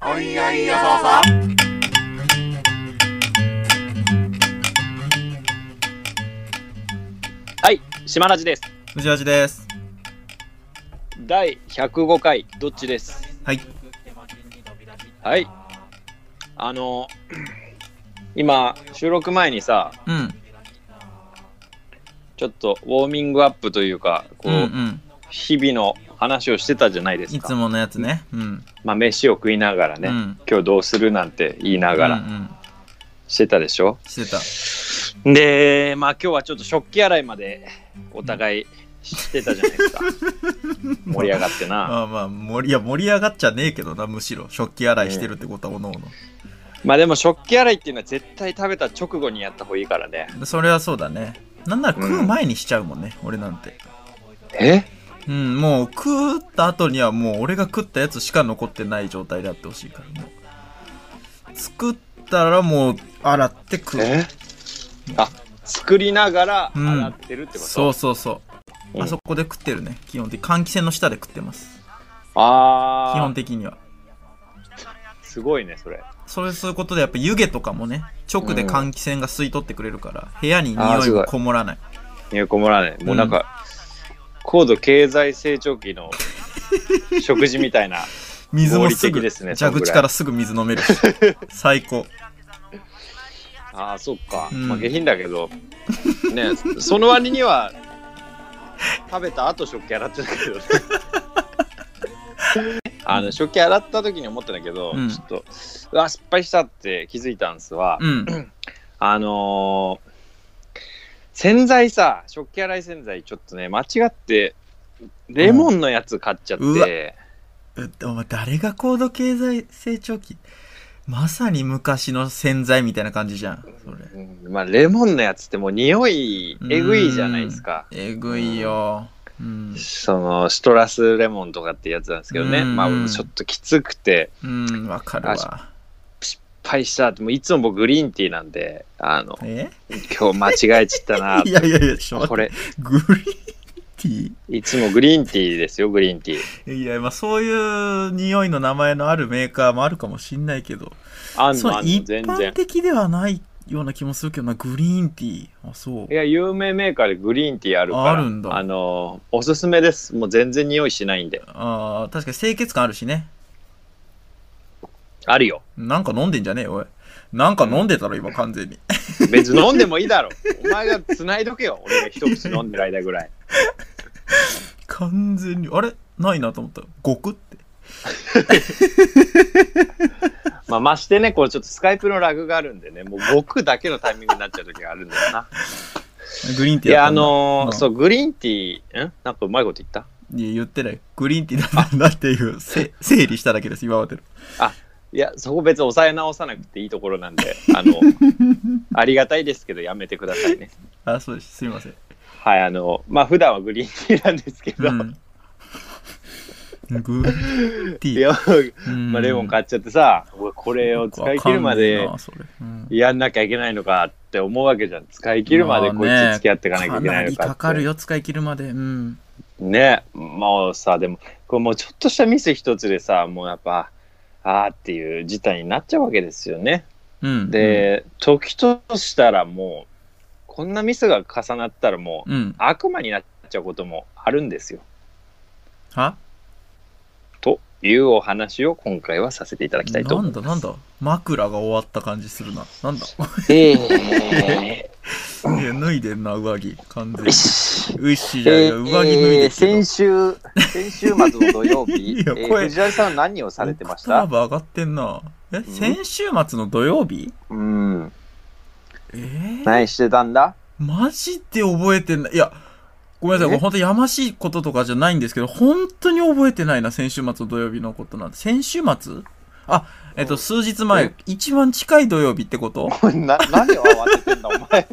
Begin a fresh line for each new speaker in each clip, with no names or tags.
おいやいやそうそう
はい、島ラジです。
藤橋です。
第105回、どっちです。
はい。
はい。あの、今、収録前にさ、
うん。
ちょっとウォーミングアップというか、こ
う
う、
んうん。
日々の話をしてたじゃないです
いつ
か。
ものやつね。うん。
まあ、飯を食いながらね、
うん
今日どうするなんて言いなが
う
ら
んうん。
してたでしょ。
してた。
で、まあ、今日はちょっと食器洗いまでお互いしてたじゃないです か。盛り上がってな。
まあまあ、盛り、いや、盛り上がっちゃねえけどな、むしろ。食器洗いしてるってことは、おのおの。
まあ、でも食器洗いっていうのは絶対食べた直後にやった方がいいからね。
それはそうだね。なんなら
うん
食う前にしちゃうもんね、俺なんて。
え
うん、もう食った後にはもう俺が食ったやつしか残ってない状態であってほしいからもう。作ったらもう洗って食う。
えあ作りながら洗ってるってこと、
そうそうそう。
うん
あそこで食ってるね。基本的に換気扇の下で食ってます。基
あ
本的には。
あすごいねそれ
それそういうことでやっぱ湯気とかもね直で換気扇が吸い取ってくれるから、部屋に匂いもこもらない
入こもらないもうなんか、高度経済成長期の食事みたいな
水
合
もす
理的
ぐ
ですね
蛇口からすぐ水飲めるし最高
ああそっか、
うん
まあ下品だけどねその割には食べた後食器洗ってたけ どねあの食器洗った時に思ったんだけど、
うん
ちょっとうわ失敗したって気づいたんですわ、
うん
あのー洗剤さ、食器洗い洗剤、ちょっとね、間違って、レモンのやつ買っちゃっ
うんうわ
て、
うお前誰が高度経済成長期まさに昔の洗剤みたいな感じじゃんそれ
うんまあ、レモンのやつってもう匂い、えぐいじゃないですか。
えぐいようん
そのシトラスレモンとかってやつなんですけどね、
うん
まあちょっときつくて
うんわかるわ
失敗したってもういつも僕グリーンティーなんであの
え
今日間違えちったな
いやいやいやちょっと
こ
待っ
れ
てグリーンティー
いつもグリーンティーですよグリーンティー
いや、まあ、そういう匂いの名前のあるメーカーもあるかもしんないけど、
あん
そ
のあ
うん
の
一
全
般
然
的ではないような気もするけどな、グリーンティー。あ、そう
い。や、有名メーカーでグリーンティーあるから。
あるんだ
あの、おすすめです。もう全然匂いしないんで。
あー確かに清潔感あるしね。
あるよ。
なんか飲んでんじゃねえよ、おい。なんか飲んでたろ、今、完全に。
別に飲んでもいいだろ。お前が繋いどけよ。俺が一口飲んでる間ぐらい。
完全に。あれないなと思った。ごくって。
まあ、ましてね、これちょっとスカイプのラグがあるんでね、もう僕だけのタイミングになっちゃう時があるんだよな。
グリーンテ
い
ィー
や、
だ
あ
ったんだ
のー
うん
そう、グリーンティー、んなんかうまいこと言った
いや、言ってない。グリーンティーだったんだって いう、せ整理しただけです、今までの。
いや、そこ別に抑え直さなくていいところなんで、あ の、ありがたいですけど、やめてくださいね。
あ、そうです。すみません。
はい、あの、まあ、普段はグリーンティーなんですけど、
うん。グリーンティ
い
ー。
や、
うん
まあ、レモン買っちゃってさ、うわこれを使い切るまで
わかんねえなそれうん
やんなきゃいけないのかって思うわけじゃん。使い切るまでこいつ付き合っていかなきゃいけないのかって。
かなりかかるよ使い切るまでうん
ね。もうさ、でも、これもうちょっとしたミス一つでさ、もうやっぱ、あーっていう事態になっちゃうわけですよね。
うん
で、時としたらもう、こんなミスが重なったらもう、
うん
悪魔になっちゃうこともあるんですよ。
は
というお話を今回はさせていただきたいと
な
思い
ん
ます。
だなんだ枕が終わった感じするななんだ
えー
いや脱いでんな上着完全
よ
に
し
うっしじゃない
え
上着脱いで
ー
るけど
先週、先週末の土曜日、 え
いや
ー
声
藤原さんは何をされてました
オクターブ上がってんなえ先週末の土曜日
うん。
えー
何してたんだ
マジで覚えてないいやごめんなさい、
え
これ本当やましいこととかじゃないんですけど、本当に覚えてないな、先週末の土曜日のことなんて。先週末あ、えっと、数日前
え、
一番近い土曜日ってこと
な何を慌ててんだ、お 前。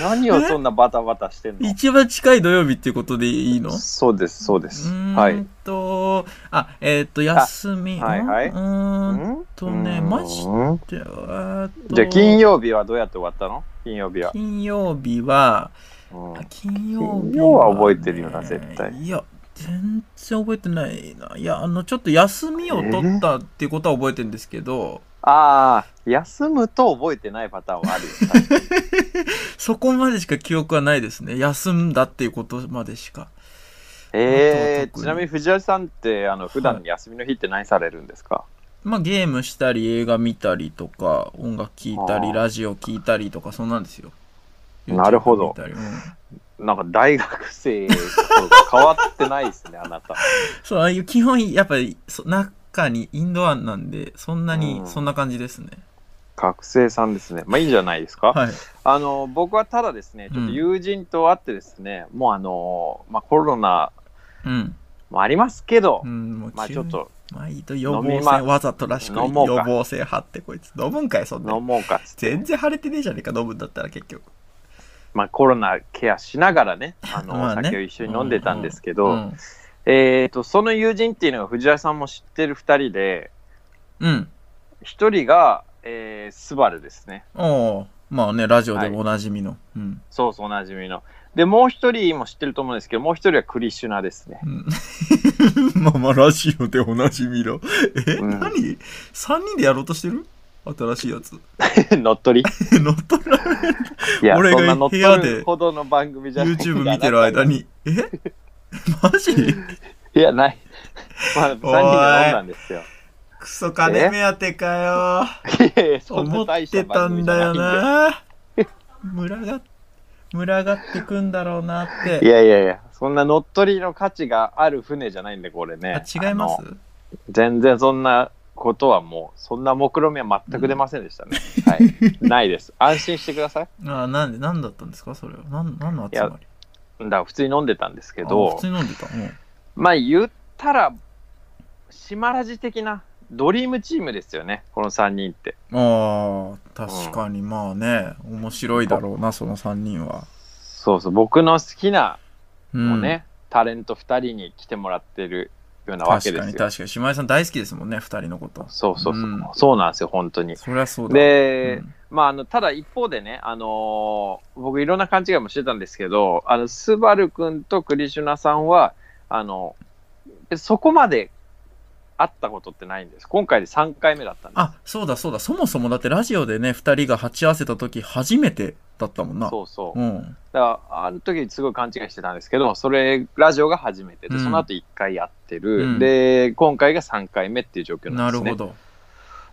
何をそんなバタバタしてんの
一番近い土曜日っていうことでいいのう
そうです、そうです。は
ー
い
ん。と、あ、えっ、と、休み。
はいはい
んうーんっとね、
うん
マジで、えーっと
じゃあ、金曜日はどうやって終わったの金曜日は。
金曜日は、
うん
金曜日、
金曜は覚えてるよな絶対。
いや、全然覚えてないな。いや、あの、ちょっと休みを取ったっていうことは覚えてるんですけど、
ああ、休むと覚えてないパターンは あるよ。確かに
そこまでしか記憶はないですね。休んだっていうことまでしか。
え
本当
ー、
は特に
ちなみに藤原さんって、あの、普段休みの日って何されるんですか、
まあ、ゲームしたり、映画見たりとか、音楽聴いた
あ
り、
ー
ラジオ聴いたりとか、そんなんですよ。
なるほど
YouTube 見たりうん
なんか大学生と変わってないです ね、あなた。
そう、ああいう基本、やっぱり、そ中にインドアなんで、そんなに
う、ん
そんな感じですね。
学生さんですね。まあいいんじゃないですか、
はい。
あの、僕はただですね、ちょっと友人と会ってですね、もうあの、まあコロナ
うん。
もありますけど、
うん、もう急に
まあちょっと
毎度予防
飲
線、
みま
わざとらしく
飲もうか
予防線張ってこいつ。飲むんかい、そんな
飲
ん。
もうかっつって
全然腫れてねえじゃねえか、飲むんだったら結局。
まあ、コロナケアしながら ね、あの、
まあ
お
ね
酒を一緒に飲んでたんですけど、
うん。
えっ、と、その友人っていうのが藤原さんも知ってる二人で、
うん。
一人が、えー、スバルですね。
おーまあね、ラジオでもおなじみの。うん。
そうそう、おなじみの。で、もう一人も知ってると思うんですけど、もう一人はクリシュナですね。
うん まあまあ、ラジオでおなじみの。え、
うん
何 ?3 人でやろうとしてる新しいやつ。
乗っ取り
乗っ取られる
いや、
俺が
そんな乗っ取
部屋
る
で
ほどの番組じゃない
YouTube 見てる間。に。え マジ
いや、ない。 まあ、3人で飲んだんですよ。
クソ金目当てか
いやいや、
よ。
そん
思
な
っ
大してた
た
番組
ん
じゃ
だ
ないんで。
よな。群が、群がってくんだろうなっ
い
て。
やいやいや、そんな乗っ取りの価値がある船じゃないんで、これね。
あ違います
あの全然そんなことはもう、そんな目論みは全く出ませんでしたね。はい。ないです。安心してください。
あなんで、なんだったんですかそれは。なん、なんの集まり
だから普通に飲んでたんですけ
あ
ど
普通、に飲んでた。うん
まあ言ったら、島ラジ的なドリームチームですよね、この3人って。
ああ、確かに、まあね、面白いだろうな、その3人は。
そうそう、僕の好きな、
うん。
もうね、タレント2人に来てもらってるようなわけ
確
で
かに、
すよ。
確かに。姉妹さん大好きですもんね、2人のこと。
そうそうそう、
うん
そうなんですよ、本当に。
そりゃそうだ。
で、
うん
まあ、あのただ一方でね、あのー僕いろんな勘違いもしてたんですけど、あのスバル君とクリシュナさんはあのそこまで会ったことってないんです。今回で3回目だったんで
あ、そうだそうだ。そもそもだってラジオでね、二人が鉢合わせた時初めてだったもんな。
す。そうそう。
うん。
だからあの時すごい勘違いしてたんですけど、それラジオが初めてで、
うん
その後1回やってる、
うん
で今回が3回目っていう状況な
なん
で
る
すね。
ほど。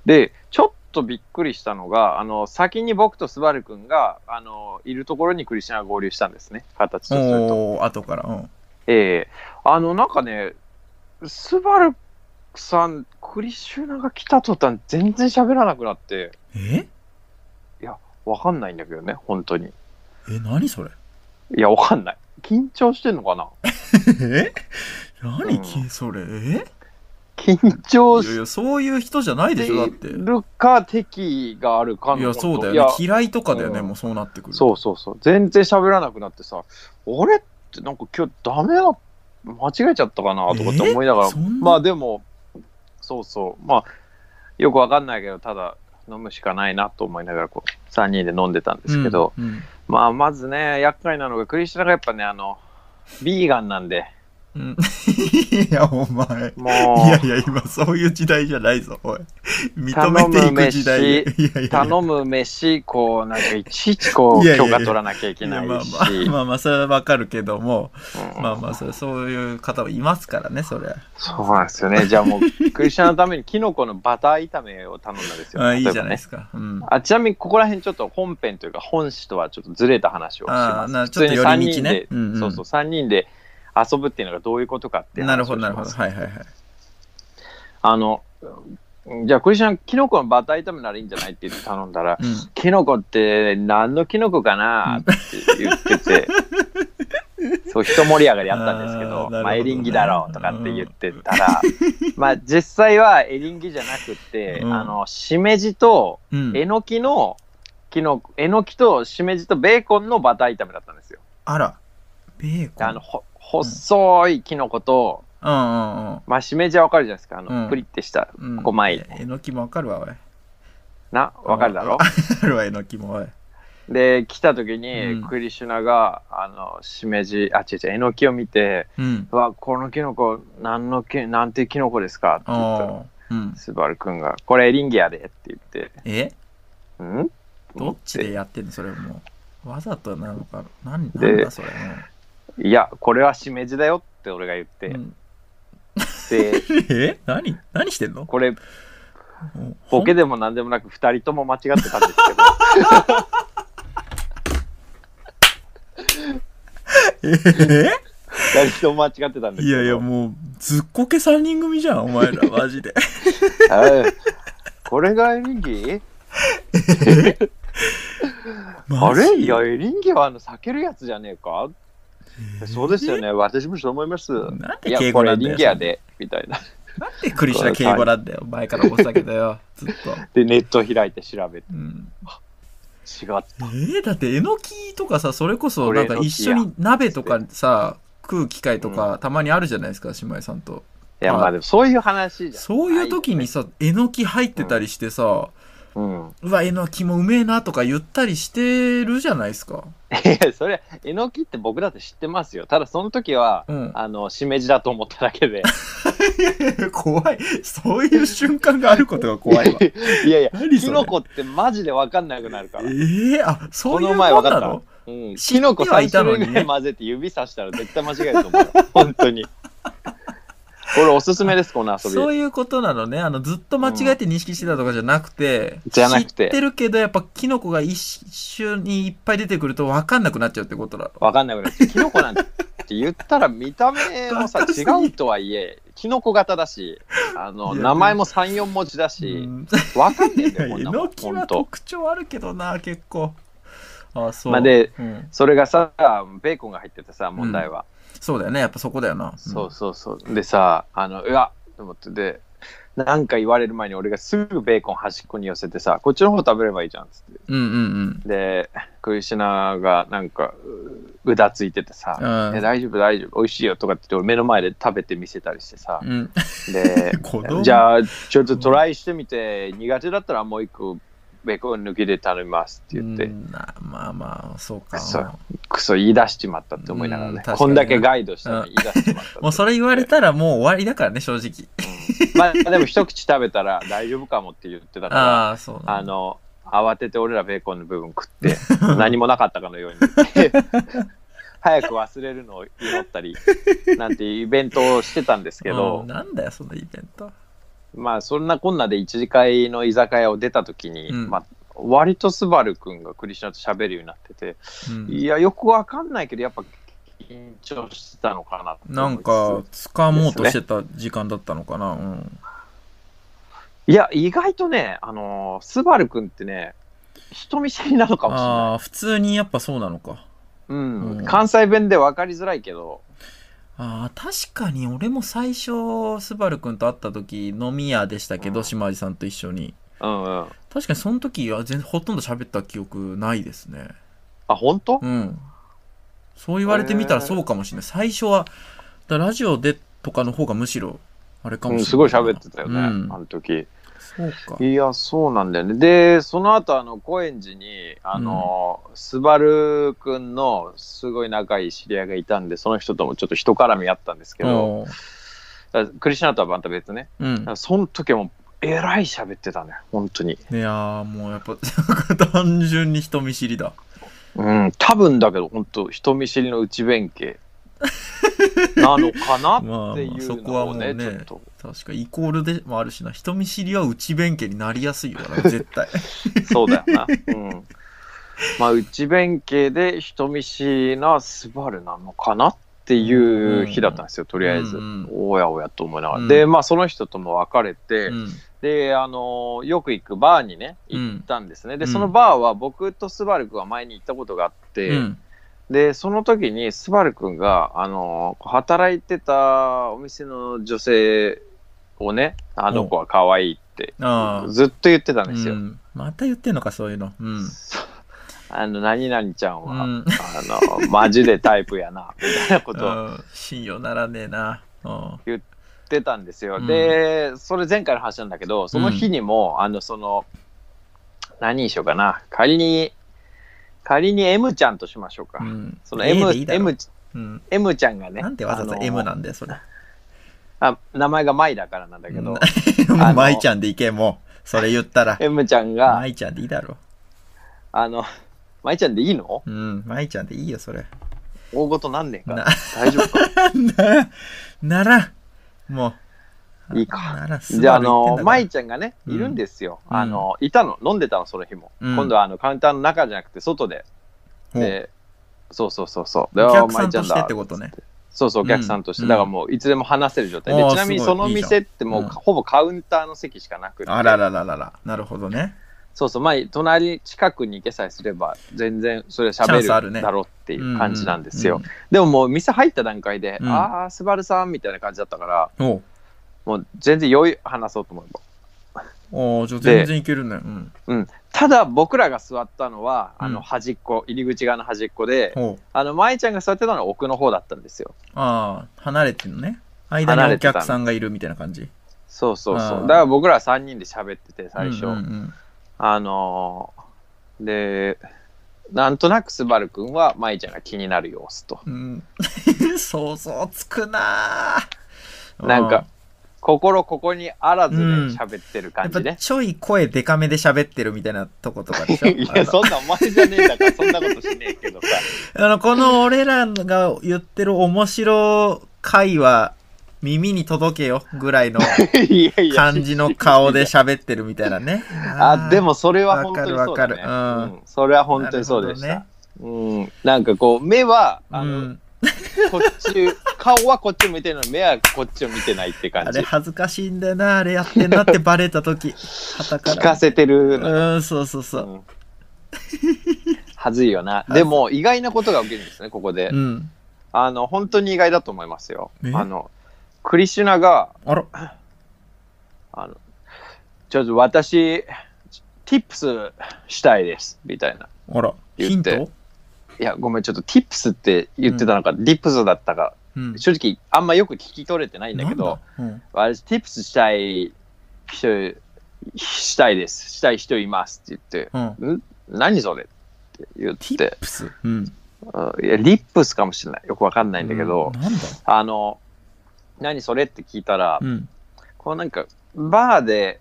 でちょっとびっくりしたのが、あの先に僕とスバル君があのいるところにクリシュナが合流したんですね。形とすると。
おおー後から。うん。
ええあの、なんかね、スバルさん、クリシュナが来た途端、全然喋らなくなって、
え
わかんないんだけどね、本当に。
え、何それ
いや、わかんない。緊張してんのかな
え 何
う
き、それえ
緊張
いやい
し
や、そういう人じゃないで
て
しょ、だって。い
るか、敵意があるかの。
や、そうだ
いや
よね。嫌いとかだよね、
うん
もうそうなってくる。
そうそうそう。全然喋らなくなってさ、俺ってなんか今日ダメだ、間違えちゃったかなとかって思いながら、
そんな
まあでも、そうそう、まあ、よくわかんないけど、ただ飲むしかないなと思いながら、こう、3人で飲んでたんですけど、
うん。うん
まあ、まずね、厄介なのが、クリスナがやっぱね、あの、ビーガンなんで、
うん いや、お前。
も
いや
う、
いや、今、そういう時代じゃないぞ、おい。認めていく時代。
頼む
いやいやいや
頼む飯、こう、なんか、いちいちこう、
いやい
許
やいや
可取らなきゃいけない
やまあ
し、
まあ、まあまあ、それはわかるけども、
うん
まあまあそれ、そういう方もいますからね、そりゃ。
そうなんですよね。じゃあもう、クリスナのために、キノコのバター炒めを頼んだんですよ。
あいいじ
例えば
ゃな
ね
いですか。うん。
あちなみにここら辺ちょっと本編というか本誌とはちょっとずれた話をし
あ
ま
あ、
す。
な
普
ちょ
通
っと
に
寄
3
り道
人
ね
で。、
うんうん
そうそう3人で遊ぶっていうのがどういうことかっていう話
なる
をし
ほ
ます
ど、なるほど。はいはいはい。
あのうんじゃあクリスチャンキノコのバター炒めならいいんじゃないって言って頼んだら
うん。
キノコって何のキノコかなって言って て、そう、一盛り上がりあったんですけど、
あーなるほどね
まあ、エリンギだろうとかって言ってたら、まあ、実際はエリンギじゃなくて、
うん
あの、しめじと、
うん、
えのきの、きのこ、えのきとしめじとベーコンのバター炒めだったんですよ。
あら、ベーコン。
あの、ほ、細いきのこと、
う
まあ、しめじはわかるじゃないですか。あの、
うん
プリってした。
んうんうんうん。
こまい
ええのきもわかるわ、おい。
な、わかるだろ
わかるわ、えのきも、おい。
で、来た時
う
に
ん、
クリシュナが、あの、しめじ、あ、違う違う、えのきを見て、
うん。
うわ、このキノコ、なんのき、なんてキノコですかって言ったら、
ああ。うん。
スバルくんが、これエリンギやでって言って、
え
ん
どっちでやってんのそれもう。わざとなのかななんなんだそれも
いや、これはしめじだよって俺が言って、
う。うん
で、
え何何してんの
これ、
うん
ボケでもなんでもなく、二人とも間違って たんですけど、
えー
二人とも間違ってたんですけど、
いやいや、もう、ずっこけ3人組じゃん、お前 ら、マジで。
はいこれがエリンギあ
マジ
れいや、エリンギはあの避けるやつじゃねえかそうですよね。私もそう思います。
なん
い
で
や
敬、語
これ
な
エ
んだ
リ
よ。
ンギやで、みたいな。
なんでクリシナ敬語なんだよ。前からお酒だよ、ずっと。
で、ネット開いて調べて、
うん、
違った。
えー、だってえのきとかさ、それこそなんか
これえの
一
き
緒
や
に鍋とかさ、食う機会とかたまにあるじゃないですか、姉妹さんと。
いや、まあでもそういう話じゃん。
そういう時にさ、えのき入ってたりしてさ、
うん。
うわ、えのきもうめえなとか言ったりしてるじゃないですか。
いや、それ、えのきって僕だって知ってますよ。ただその時は、
うん。
あの、しめじだと思っただけで。
怖い。そういう瞬間があることが怖い わ。
いやいや、
何そ
キ
れ
ノコってマジでわかんなくなるから。
ええあ、そうい
こ
う
の
も
前
ん
わ
な
かった
の
わうん、
知
キ
って
ノコ
はい
3
た
種
のに
類
ね
ぐら い混ぜて指さしたら絶対間違えると思う。本当に。これおすすめです、この遊び。
そういうことなのね。あの、ずっと間違えて認識してたとかじゃなくて、
じゃなくて
知ってるけど、やっぱキノコが一瞬にいっぱい出てくると分かんなくなっちゃうってことだろ。
わかんなくなって、キノコなんて言ったら見た目もさ、
高す
違
ぎる
うとはいえ、キノコ型だし、あの、
いや
名前も3、4文字だ
う
し、
ん
わかんねえん
い
だよ、こ
や、
ん
え
なも
の
ん。
き
ほ
は
んと。
特徴あるけどな、結構。あ、そう。
まあで
うん
それがさ、ベーコンが入っててさ、問題は。
そうだよね。やっぱそこだよな。
そうそうそう。でさ、あの、うわっと思って、で、なんか言われる前に俺がすぐベーコン端っこに寄せてさ、こっちの方食べればいいじゃんっつって。
うん。うんうん
で、クリシュナがなんか、ううだついててさ、
うん
え大丈夫大丈夫、美味しいよとかって言って俺目の前で食べてみせたりしてさ
う、ん。うん。
で、
子供
じゃあ、ちょっとトライしてみて、苦手だったらもう一個ベーコン抜きで頼みますって言って、
うんなまあまあ、そうか。
そうクソ言い出しちまったって思いながら
うん
ね、
確かにね
こんだけガイドしたのに言い出しちまったって。
もう それ言われたらもう終わりだからね、正直。
まあでも一口食べたら大丈夫かもって言ってたから、
ああ、そうなんだ
あの、慌てて俺らベーコンの部分食っ て、何もなかったかのように。 早く忘れるのを祈ったり、なんてイベントをしてたんですけ
う
ど
ん、なんだよそのイベント
まあそんなこんなで一次会の居酒屋を出た時に、
うん
まあ割とスバル君がクリシュナと喋るようになってて、
うん
いや、よくわかんないけど、やっぱ緊張してたのかなって
な
思い
ん
つつ
か、掴もうとしてた時間だったのかな、うん
いや、意外とね、あのースバルくんってね、人見知りなのかもしれな
ああ普通にやっぱそうなのか
い。うん。
うん
関西弁で分かりづらいけど、
ああ確かに俺も最初スバル君と会った時飲み屋でしたけど、
うん
島地さんと一緒に
うんうん。
確かにその時は全ほとんど喋った記憶ないですね
あ、本当、
うんそう言われてみたら
へー
そうかもしれない最初はだラジオでとかの方がむしろあれか
う
も
ん、
しれないな、
すごい喋ってたよね、
うん
あの時。
そうか
いや、そうなんだよね。で、その後、あの、高円寺に、あのースバルくんのすごい仲いい知り合いがいたんで、その人ともちょっと人絡みあったんですけど、
おー
だからクリシュナとはまた別ね。
うん
だからその時はもう、えらい喋ってたね、本当に。
いやーもうやっぱ 単純に人見知りだ
うん、多分だけど、本当人見知りの内弁慶なのかな
ま あまあ
っていう
そこは
の
も
を
う
ね、
ね
ちょっと。
確かイコールでもあるしな人見知りは内弁慶になりやすいから絶 対
そうだよな。うん。まあ、内弁慶で人見知りなスバルなのかなっていう日だったんですよ、とりあえず。
うんうん
おやおやと思いながら。
うん
で、まあ、その人とも別れて、
うん
で、あのよく行くバーにね、行ったんですね。で、
うん
そのバーは僕とスバル君は前に行ったことがあって、
うん
で、その時に、スバルくんが、あの、働いてたお店の女性をね、あの子は可愛いって、
ああ
ずっと言ってたんですよ。
うんまた言ってんのかそういうのうん
そうあの、何々ちゃん
う
は、
ん
あの、マジでタイプやな、みたいなことを言っ
うん信用ならねえなうん
てたんですよ。
うん
で、それ前回の話なんだけど、その日にも、あの、その、何にしようかな、仮に、仮に M ちゃんとしましょうか。
うん。
その
A
M,
でいいだろ
M,
うん。
M ちゃんがね。
なんでわざわざ
あの
M なんだよ、それ。
あ名前が舞だからなんだけど、
うんもう、舞ちゃんでいけ、もう。それ言った ら。
M ちゃんが、
舞ちゃんでいいだろ。
あの、舞ちゃんでいいの
うん、舞ちゃんでいいよ、それ。
大ごとなんねんか
な
ら。大丈夫か
な、ならん、もう。
いいか
ならん、
じゃあ、あの、
舞
舞ちゃんがね、いるんですよ。
うん
あの、いたの、飲んでたの、その日も。
うん
今度はあのカウンターの中じゃなくて、外で。
お
で、そうそうそうそう。で
お客さ
舞
ん
ちゃん
として
だ
ってことね。
そうそう、お客さんとして。
うん
だからもう、いつでも話せる状態。
おー
で、ちなみに
すごい
その
いいじゃん
店ってもう、
うん
ほぼカウンターの席しかなくて。
あららららら、なるほどね。
そうそう、まあ、隣近くに行けさえすれば、全然それ
チャンスあ
喋
る
る
ね
だろうっていう感じなんですよ。
うう
でももう店入った段階で、
うん
ああ、スバルさんみたいな感じだったから、
うんおう
もう全然余裕話そうと思えば。
おうじゃあ全然いけるね。うん。
ただ僕らが座ったのは、あ
う
の
ん
端っこ、入り口側の端っこで、
おう
あの、舞ちゃんが座ってたのは奥の方だったんですよ。
ああ、離れてんのね。間
離
にお
れてたの
客さんがいるみたいな感じ。
そうそうそう。
あー
だから僕ら3人で喋ってて、最初。
うんうん
あのーで、なんとなくスバルくんは舞ちゃんが気になる様子と。
うん。うん 想像つくなー
なん
う
か心ここにあらずで喋ってる
や
感
っ
じ
ぱ
ね。
ちょい声デカめで喋ってるみたいなとことかでしょ
いや、そんなお前じゃねえんだから、そんなことしねえけ どさ。
あの、この俺らが言ってる面白回は耳に届けよぐらいの
いやいや。
感じの顔で喋ってるみたいなね。
あ、で
も、
もそれは本当にそうだね。
わかるわかるうん
うんそれは本当にそうでし
なる
た。うん。なんかこう、目は、あ
う
の、
ん、
こっち、 顔はこっち向いてるのに、目はこっちを見てないって
あ
感じ
れ。恥ずかしいんだよな、あれやってんなってバレた時 き、はか。
聞からせてるの。
うん、そうそうそうう。
んはずいよな。でも、意外なことが起きるんですね、ここで
う。ん。
あの、本当に意外だと思いますよ。
え
あの、クリシュナが、
あら、
あの、ちょっと私、ティップスしたいです、みたいな。
あら、ヒ
言
ン
って
ト
いや、ごめん、ちょっとティップスって言ってたのか、ディップスだったか、
うん。
正直、あんまよく聞き取れてないんだけど、
なんだ、
私、ティップスしたい人、したいです、したい人いますって
うん。う
言
ん。
って、ん何それって言っ
ティッ
て、
プス。うん。
うんいや、リップスかもしれない。よくわかんないんだけど、
うんなんだ
あの、何それって聞いたら、
うん。
こうなんか、バーで、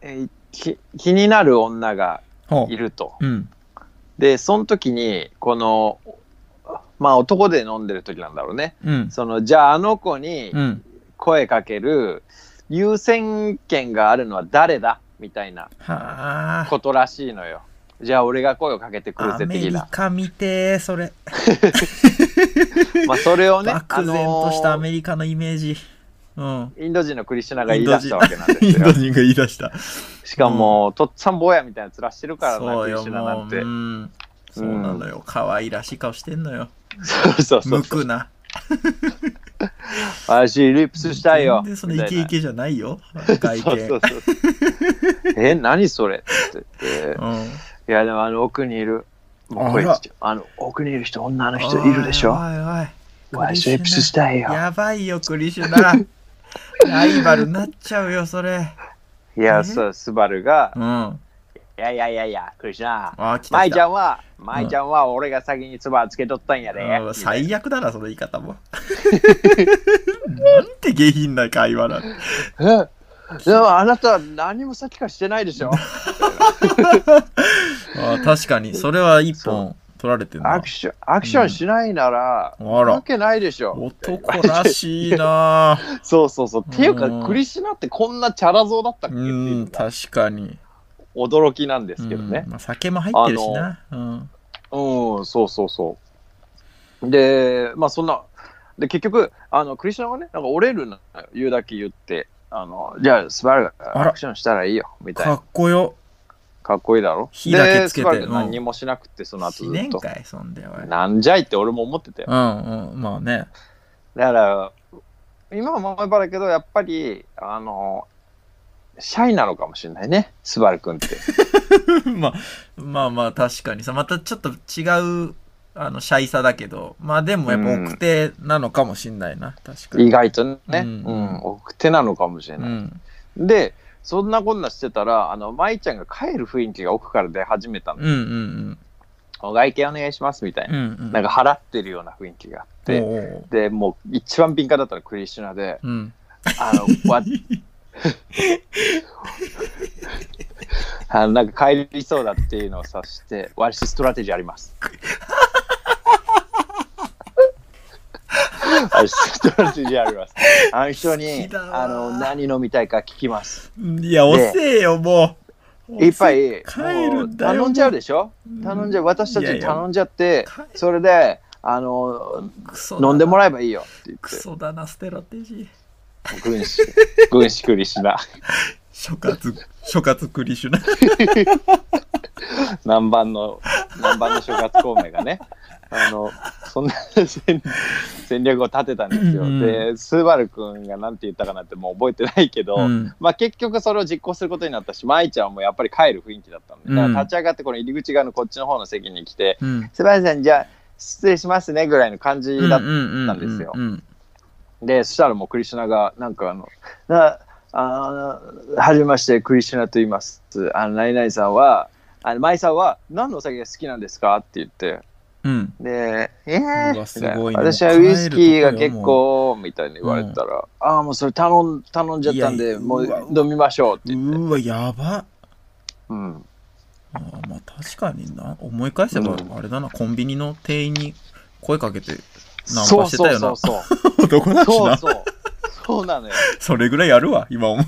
えーき気になる女が
ほ
いると。
う。うん。
で、その時に、この、まあ男で飲んでる時なんだろうね。
うん。
その、じゃああの子に
うん。
声かける優先権があるのは誰だみたいな
はあ。
ことらしいのよ。じゃあ俺が声をかけてくる
ア
ぜ
メ
的
リ
な。
カ見てー、それ。
まあそれをね、あ
漠然としたア
のー
メリカのイメージ。うん。
インド人のクリシュナが言い出したわけなんです
インド
よ。
人が言い出した。
しかも、とっつぁん坊やみたいな面してるからな、
そ
ク
う
リ
よ、
シュナな
も
ん
う。
て
う。ん。そうなのよ。可愛らしい顔してんのよ。
そうそうそ
無
うそう。
垢な。
私、リップスしたいよ。
全然その
み
イ
たい
ケ
な
イケじゃな いよ。外
そう
見。
そうそう。え、何それって言って。
うん
いや、でもあの奥にいる。もうこれ
あら
あの奥にいる人、女の人いるでし
おい
ょ。
おいおい。
私、リップスしたいよ。
やばいよ、クリシ ュナ。ライバルになっちゃうよ、それ。
い
え
や、そう、スバルが
う、ん。あ
いやいやいやいや、クリシュナ。
ー、来た
舞
来
ちゃ
た。
んは、舞ちゃんは俺が先にツバつけとったんやで。
うん
みたいな
最悪だな、その言い方 も。なんて下品な会話なの。
えでもあなたは何も先かしてないでしょ。
あー確かに、それは一本取られてる
ア
な
ク。ション、アクションしないなら、
うんあら
わけないでしょ。
男らしいなぁ
そうそうそう。っていうか
うん、
クリシュナってこんなチャラ像だったっけ
う
って い
ん、
うのが
確かに。
驚きなんで
う
すけど
ん
ね。
まあ、酒も入ってるしな。うん。
うん、そうそうそう。で、まあそんな、で、結局、あの、クリシュナはね、なんか折れるな、言うだけ言って、あの、じゃあ、スバルが
あら
アクションしたらいいよ、みたい
か
な。
っこよ。
かっこいいだろ
火だけ
で
つけて
スバルが
うん
何にもしなくて、その後
死
ず
ね
っ
ん
と。
かい、そんで、おい。うん
なんじゃいって俺も思ってたよ。
うん、まあね。
だから、今は思えばだけど、やっぱり、あの、シャイなのかもしれないね、スバル君って。
まあ、まあまあ、確かにさ、またちょっと違う、あの、シャイさだけど、まあでもやっぱ
うん
奥手なのかもしんないな、確か
意
に。
外とね、
う
うんん、奥手なのかもしれ
う
ない。
ん。
で、そんなこんなしてたら、あの、舞ちゃんが帰る雰囲気が奥から出始めたの。
うんうん
お外見お願いしますみたいな、
んうん
なんか払ってるような雰囲気があって、
おうおう
でもう一番敏感だったらクリシュナで
うん。
あの わあのなんか帰りそうだっていうのを察して「私ストラテジーあり ます」私ストラテジーあります。あの人
好
に
きだわ
あの何飲みたいか聞きます。
いや、遅えよ、もう。
いっぱい
帰
も
る
うん
だよ。
頼んじゃうでしょ頼んじゃう私たちに頼んじゃってそれであの飲んでも
ら
らえばいいよって言
クソだな、ステラテジ
っ
ー。
て軍師軍師クリシュナ
諸葛、 諸葛クリシュナ。
南蛮の南蛮の諸葛孔明が ねあのそんな戦戦略を立てたんですよ、
うん
でスバル君が何て言ったかなってもう覚えてないけど、
うん
まあ、結局それを実行することになったし舞ちゃんもやっぱり帰る雰囲気だったんで、だから立ち上がってこの入り口側のこっちの方の席に来て
うん。
「スバルさんじゃあ失礼しますね」ぐらいの感じだった
だ
んですよ
うん。
で、そしたらもうクリシュナが、なんかあの、な、あの、はじめまして、クリシュナと言います。あの、ナイナイさんは、あの、マイさんは、何のお酒が好きなんですかって言って、
うん。
で、え
うわ
ー、
すごいね
私はウイスキーが結構、みたいに言われたら、ああ、もうそれ頼ん頼んじゃったん
い
で、
や
もう
うわ
飲みましょうって
う
言って。
ーわ、やば。
うん。
あーまあ確かにな。思い返せば
う、ん
あれだな、コンビニの店員に声かけて、ナン
そ
パ
う
して
そ
た
う
よ
そ
な
う。そう。
男だし
そう
な。
そう。そうなのよ。
それぐらいやるわ、今思い。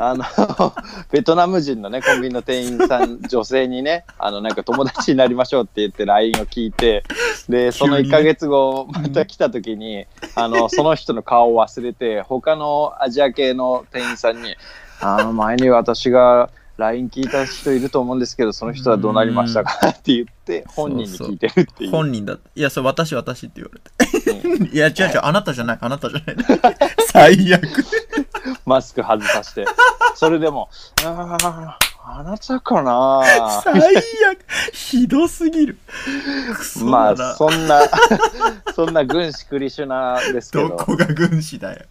あの ベトナム人のねコンビニの店員さん女性にねあのなんか友達になりましょうって言って LINE を聞いてでその
急に
1
ね
か月後また来た時にあ のその人の顔を忘れて他のアジア系の店員さんに「あの前に私が LINE 聞いた人いると思うんですけどその人はどうなりましたか?」って言って本人に聞いてるっていう
本人だって。いや、それ私、私って言われて。いや、違う違う、あなたじゃない、あなたじゃない。 最悪。
マスク外させてそれでも「あああなたかな?」
最悪。ひどすぎる。くそ
まあ
だな。
そんなそんな 軍師クリシュナですけ
ど
ど
こが軍師だよ。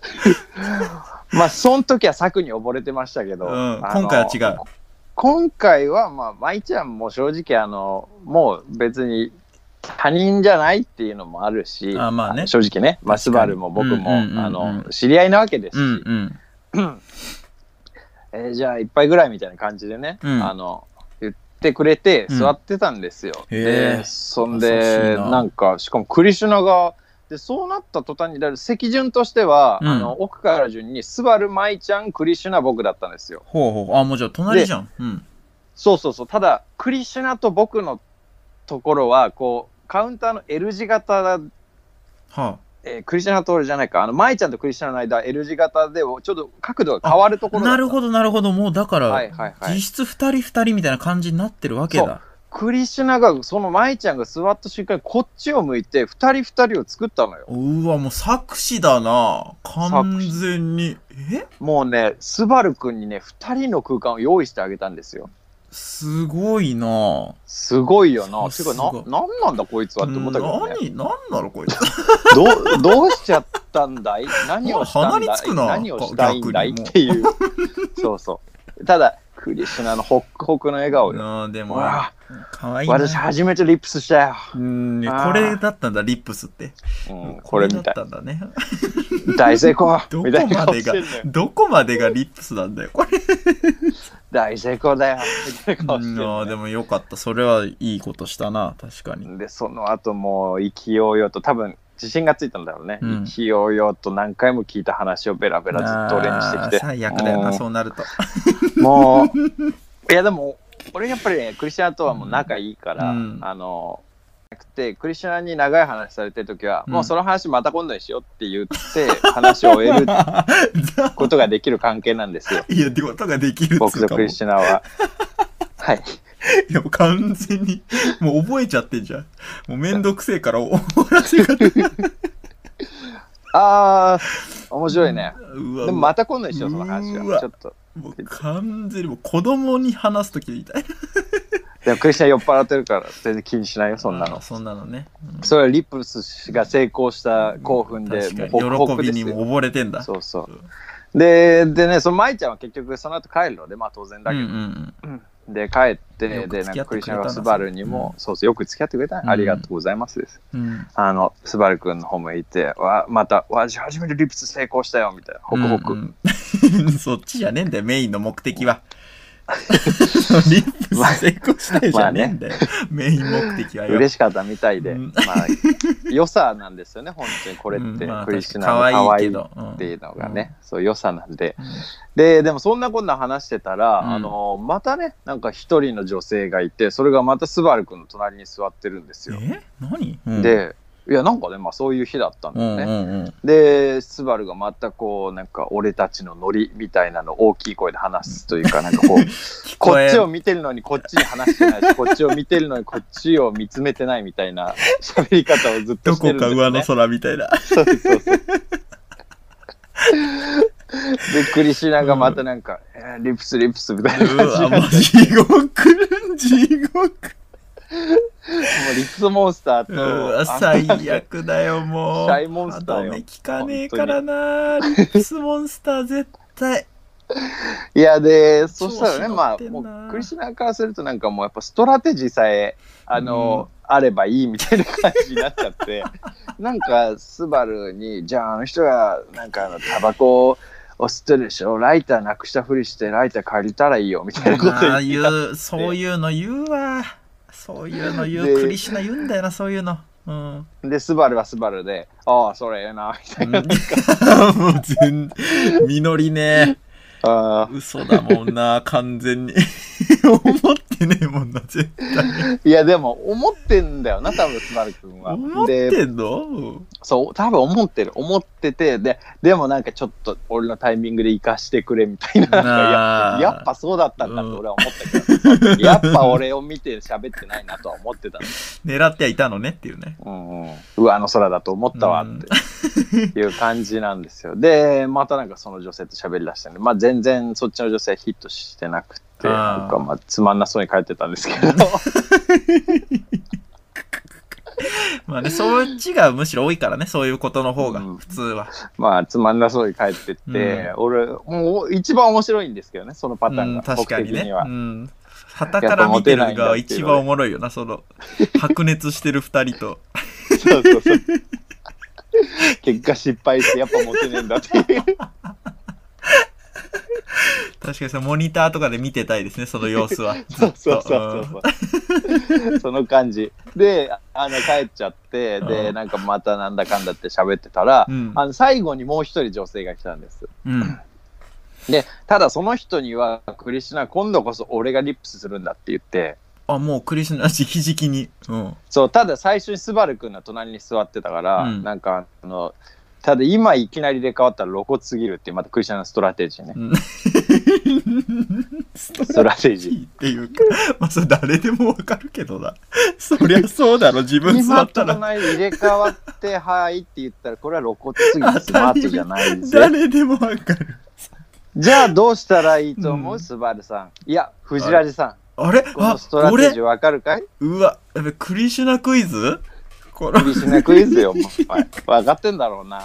まあその時は策に溺れてましたけど、
うん
あの
今回は違う
今回はまあ舞ちゃんも正直あのもう別に他人じゃないっていうのもあるし
あまあね
の正直ね、まあ、ス
確か
バ
に
ルも僕も、
うんうんうんうん
あの知り合いなわけですし、
うんうん。
えーじゃあ一杯ぐらいみたいな感じでね、
うん
あの言ってくれて
うん
座ってたんですよ。
へー
でそん
優し
で
いな
なんかしかもクリシュナがでそうなった途端にだから席順としては、
うん
あの奥から順にスバル舞ちゃんクリシュナ僕だったんですよ。
ほうほう。あ、もうじゃあ隣じゃん。うん。
そうそうそうただクリシュナと僕のところはこうカウンターの L 字型、
は
えークリシュナと俺じゃないかあの舞ちゃんとクリシュナの間 L 字型でちょっと角度が変わるとこ
あ。
ろだった
なるほど、なるほど。もうだか
はいはい
ら、
はい
実質二人二人みたいな感じになってるわけだ。
クリシュナがその舞ちゃんが座った瞬間にこっちを向いて二人二人を作ったのよ
うわ、もう作詞だな。完全に。え
もうねスバルくんにね二人の空間を用意してあげたんですよ
すごいな。
すごいよなて
さ
か
す
な
が
なんなんだこいつはって思ったけど、ね、
何、何なのこいつ。
どうどうしちゃったんだい何をしたんだ
鼻につく
い
な
何をしたいんだいっ
逆にもう
ていうそうそうただクリシュナのホックホクの笑顔よ
あーでも
うわ、
かわいいな。
私初めてリップスしたよ、
うん、ね
あー
これだったんだ、リップスって。
うん、これみたい
だったんだね。
大成功
どこ
みたいな
ま
顔
で
して
が
んのよ、
どこまでがリップスなんだよ、これ。
大成功だよみたいな
あ
顔してんのよ
ーでもよかった。それはいいことしたな、確かに。
でその後もう意気揚々と多分自信がついたんだろうね、
うん
意気揚々と何回も聞いた話をベラベラずっと俺にしてきて
あー最悪だよな、
うん
そうなると。
もういやでも俺やっぱりねクリスチャンとはもう仲いいから、
うん
あのなくてクリスチャンに長い話されてる時は、
うん
もうその話また今度にしようって言って 話を終えることができる関係なんです よ
いや、ってことができるっ
僕
つう
と
か
ク
もう。
リスチャンははい
いや、もう完全に、もう覚えちゃってんじゃん。もうめんどくせえからお終わらせが。
あー面白いね、
うわ、
でもまた今度にしようその話
う
は
わ
ちょっと
もう完全にもう子供に話すときみたいな。
でもクリスチャン酔っ払ってるから全然気にしないよそんな
あー
の。
そんなのね。うん
それはリップスが成功した興奮で
確かに
もうホクホク
喜
で
び
す
に
よ。
も溺れてんだ。
そうそう。で、でね、その舞ちゃんは結局その後帰るので、まあ当然だ
うん
け
う
ど、
んうん。
で、帰って、
よく
で、なん
付き合
かク
ってくれ
リシ
た
ナ
んだ
がスバルにも、そうそう、よく付き合ってくれたね、
うん
ありがとうございますです。
うん。
あの、スバル君の方もいて、わ、また、わ、初めてリプス成功したよ、みたいな、ホクホク。
うんうん そっちじゃねえんだよ、メインの目 的は。リップス成功したいじゃねえんだよ、メイン目的はよ。
嬉しかったみたいで、
うん
まあ、良さなんですよね、本当にこれって、
うんまあ
クリシュナ
確
の
かに
可
可愛
愛
い
いっ
けどうん
ていうのがね、そう、良さなんで。で、でもそんなこんな話してたら、
うん
あの、またね、なんか一人の女性がいて、それがまたスバル君の隣に座ってるんですよ。
え何、うん、
で、いや、なんかね、まあそういう日だったん
う
だよ
んう
ね。
んうん、
で、スバルがまたこう、なんか俺たちのノリみたいなのを大きい声で話すというか、 なんかこう、
聞
こ
こえ
っちを見てるのにこっちに話してないし、こっちを見てるのにこっちを見つめてないみたい な喋り方をずっと
ど
して
こ
るんで
か
す
上
よ、
の
ね。
空みたいな。
そうそうそう。で、クリシナがまたなんか、えーリプスリプスみたいな感
う
じ
わ、
にな
も
って、
う
も
地獄、地獄。
うリプスモンスター
う
と、
わ、最悪だよ、もう。
シャイモンスターよ
歯止め効かねえからな、リップスモンスター絶対。
いやで、そしたら
調
ね、
子乗
ま
っ
あ、
てんな
もうクリシナからすると、なんかもうやっぱストラテジーさえ、あの、あればいいみたいな感じになっちゃって、 なんか、スバルに、じゃああの人が、なんかあの、タバコを吸ってるでしょ、ライターなくしたふりして、ライター借りたらいいよ、みたいなこと
ああ
言
い
ってた。
う、そういうの言うわ。そういうの言
で
う、クリシナ言うんだよな、そういうの。うん。
で、スバルはスバルで、ああ、それええな、みたいな。
もう全、実りね
あ
嘘だもんな、完全に。 思ってねえもんな、絶対。
ーいや、でも、思ってんだよな、多分スバル君は。
思っ
で
てんの
そう、多分思ってる、思ってて、で、でもなんかちょっと俺のタイミングで生かしてくれみたいな、なん
なあ
かい ややっぱそうだったんだって
うん
俺は思ったけど、 やっぱ俺を見て喋ってないなとは思ってたの。
狙ってはいたのねって いうね。
うんうん、うわ、あの空だと思ったわって いう感じなんですよ。で、またなんかその女性と喋り出したんで、まあ全然そっちの女性ヒットしてなくて、
あー
なんかまあつまんなそうに帰ってたんですけ ど、
まあね、そっちがむしろ多いからね、そういうことの方が、
うん
普通は。
まあつまんなそうに帰ってって、
うん
俺、もう一番面白いんですけどね、そのパターン
うん
が、
確かに
僕的
ね。
は
うん。旗から見てる側は一番おもろいよな、その、白熱してる二人と。
そうそうそう。結果失敗してやっぱモテねえんだっていう。
確かにそのモニターとかで見てたいです ね、その様子 は。
そうそうそうそうそう。その感じ。で、あの帰っちゃって、
う
で、
ん
なんかまたなんだかんだって喋ってたら、
うん
あの最後にもう一人女性が来たんです。
うん。うん。
で、ただその人には、クリシナ、今度こそ俺がリップスするんだって言って、
あ、もうクリスナし、ひじきに。うん。
そう、ただ最初にスバル君の隣に座ってたから、
うん
なんかあの、ただ今いきなり入れ替わったら露骨すぎるっていう、またクリシナのストラテジーね。
うんス
スト
トラ
ラテ
テ
ジ
ジ
ー。
ーっていうか、まあそれ誰でもわかるけどな。そりゃそうだろ、自分座
今
った
と
ら
の。ない入れ替わって、はいって言ったら、これは露骨すぎてスマートじゃないですよ。
誰でもわかる。
じゃあどうしたらいいと思う、
うん
スバルさん。いや、藤ラジさ
あれ
ん。こ
あ
のストラ、テジー
俺
わかるかいう
わ、やべクリシュナクイズこれ
クリシュナクイズよ、もう。分かってんだろうな。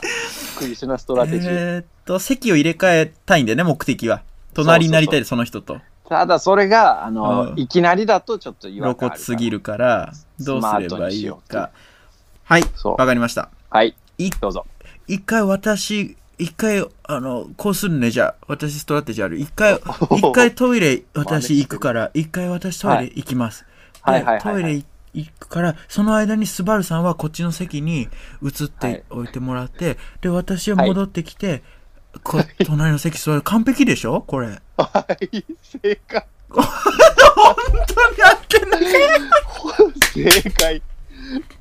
クリシュナストラテジー。
えーっと、席を入れ替えたいんだよね、目的は。隣になりたいで、その人と。
ただそれが、あの、
うん
いきなりだとちょっと違
露
和感あ
骨
る。
すぎ。るから、どうすればいい
スマートにしようっ
か。はい、
そう
わかりました。
はい。
い
どうぞ。
一回私、一回、あの、こうするね、じゃあ、私ストラテジーある。一回、一回ト イレ、私行くから、一回私トイレ行きます。
はい
で
はいはいは
ト
い
イレ行くから、その間にスバルさんはこっちの席に移っておいてもらって、で、私は戻ってきて、こ隣の席座る。完璧でしょ これ。
はい、正解。
本当にやってない
正解。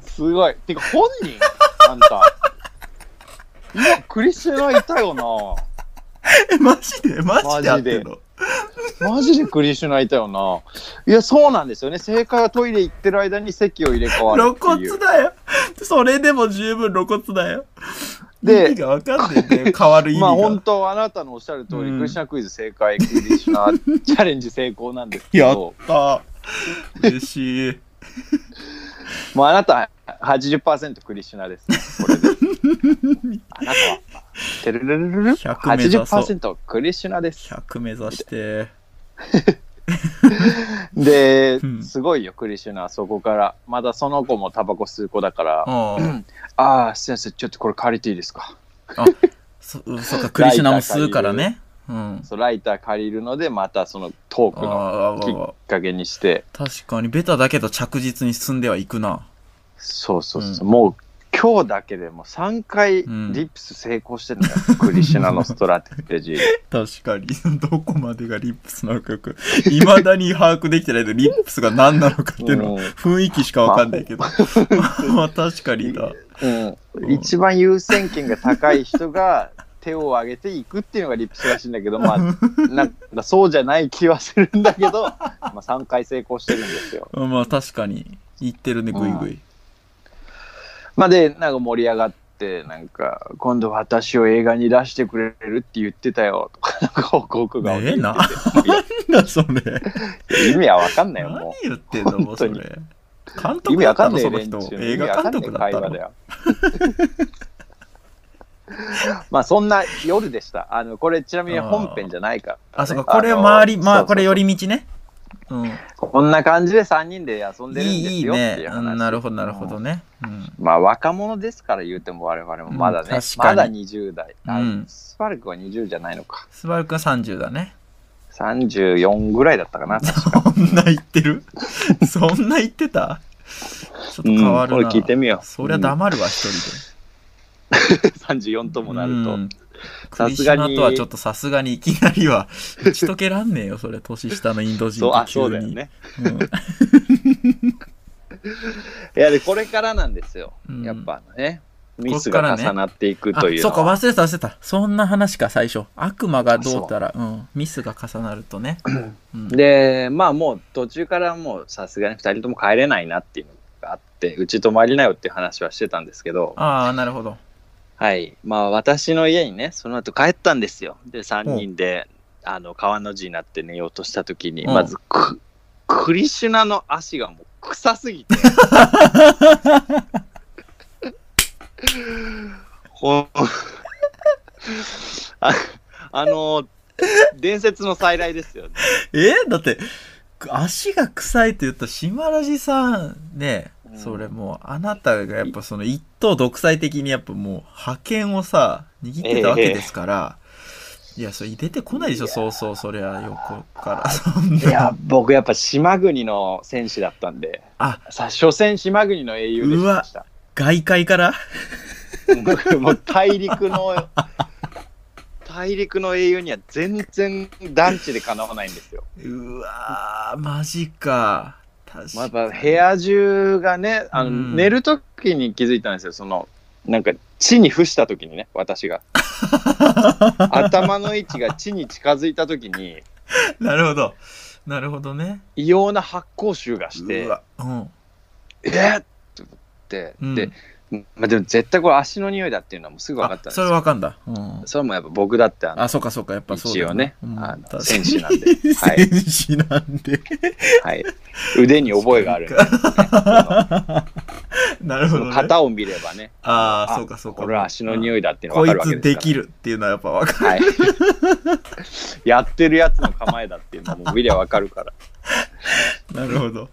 すごい。てか本人あんた。今、クリシュナいたよな。
え、マジでマジでやっ
マジで
てんの
マジでクリシュナいたよな。いや、そうなんですよね。正解はトイレ行ってる間に席を入れ替わる
露
って
骨
いう。
だよ。それでも十分露骨だよ。
で
意味がわかんねえんだよ。変わる意味
ま
が。
あ本当あなたのおっしゃる通り、
うん
クリシュナクイズ正解、クリシュナチャレンジ成功なんですけ
やっ
ど、
た。嬉しい。
もうあなた80%クリシュナです、ね。これで。 あなたは、てるるるるる
100目指そう
80%クリシュナです。
100目指して。
で
う、ん
すごいよ、クリシュナ、そこから。まだその子もタバコ吸う子だから、
ああ。
ああ、先生、ちょっとこれ借りていいですか。
そそっか、クリシュナも吸うからね。うん。
そうライター借りるので、またそのトークの
あ
き
あ
っ、かけにして、
確かに、ベタだけど着実に進んではいくな。
そうそうそう、もう今日だけでも3回リ
うん
ップス成功してるんだよ、クリシュナのストラテジー。
確かに、どこまでがリップスなのかよく、未だに把握できてないけど、リップスが何なのかっていうのは、
うん
雰囲気しかわかんないけど。まあ 確かにだ。
うん、一番優先権が高い人 が手を挙げていくっていうのがリップスらしいんだけど、まあ、なんかそうじゃない気はするんだけ ど、まあ、3回成功してるんですよ。
まあ確かに、言ってるね、ぐいぐい。
まあ、で、なんか盛り上がって、なんか、今度私を映画に出してくれるって言ってたよとか、なんか報告が起きて
ねえ
て
な。 なんだそれ。
意味はわかんないよ、
何
も
言ってんのもうそれ。
本
監
う。意
督
味
だ
わ
っ
か
た
ん
の
ない
その
連中
人。
の
映
意味
画
わか
監
んない
督だった
会話だ
の
よ。 まあそんな夜でした。あのこれちなみに本編じゃないから。
あ、そうか、これ回り、
あの
ま
そ
あ、
う
これ寄り道ね。うん。
こんな感じで3人で遊んでるんです
いい、いい
よって
ね
いう。
う
話。
んなるほど、なるほどね。うん。
まあ若者ですから言うても我々もまだね、
うん確か
ま
に
だ20代。あ
うん
スパルクは20じゃないのか。
スバルくんは30だね。
34ぐらいだったか な。
そんな言って るそんな言ってたちょっと変わるな。
うんこれ聞いてみよう
そりゃ黙るわ、一人で。
34ともなると。
うん
さ
クリ
す
シ
が
ュ
に
ナとはちょっとさすがにいきなりは打ち解けらんねえよ、それ。年下のインド人
そう、
と
あ、
急
そうだよ
に。
ね。
うん
いや、で、これからなんですよ
う。ん
やっぱね、ミス
こっから
が
ね
重なっていくという
あ
の
そうか
は。
忘れてた忘れてたそんな話か最初悪魔がどうたらう、ん、ミスが重なるとね、うん
で、まあもう途中からもうさすがに2人とも帰れないなっていうのがあって、うち泊まりなよっていう話はしてたんですけど、
ああなるほど
はい。まあ私の家にね、その後帰ったんですよ。で、3人で、あの、川の字になって寝ようとした時に、
うん
まずく、クリシュナの足がもう臭すぎて。ほんああの、伝説の再来ですよね。
えーだって足が臭いって言ったら島ラジさんね
うん
それもうあなたがやっぱその一党独裁的にやっぱもう覇権をさ握ってたわけですから、いやそれ出てこないでしょ
いや
そうそうそりゃ横から そん
い
な
や、僕やっぱ島国の戦士だったんで、
あ
さ、所詮島国の英雄でした。
外界から
僕 もう大陸の大陸の英雄には全然団地でかなわないんですよ。
うわーマジか確
まあ、
か
やっ
に、
ぱ部屋中がねあの、
うん
寝る時に気づいたんですよそのなんか地に伏した時にね私 が頭の位置が地に近づいた時に
なるほどなるほどね
異様な発光臭がして
うわうん
「えっ!」って思って、
うん
で、まあ、でも絶対これ足の匂いだっていうのはもうすぐ分かったんで
あ
す
それ
よ。
わかんだ、うん、
それもやっぱ僕だってあの
あそうかそうかやっぱそうだ
一応ね、
うん
あの
確かに
戦士 なんで、はい、
戦士なんで
はい、腕に覚え がある んで、ね、その
なるほど、
その
ね、
型を見ればね、
ああそうかそうか
これは足の匂いだっていうのが
こ
分か
い
るわけ
つ
です
で
から
きるっていうのはやっぱわか
はい、 やってるやつの構えだっていうのも見りゃ分かるから。
るなるほど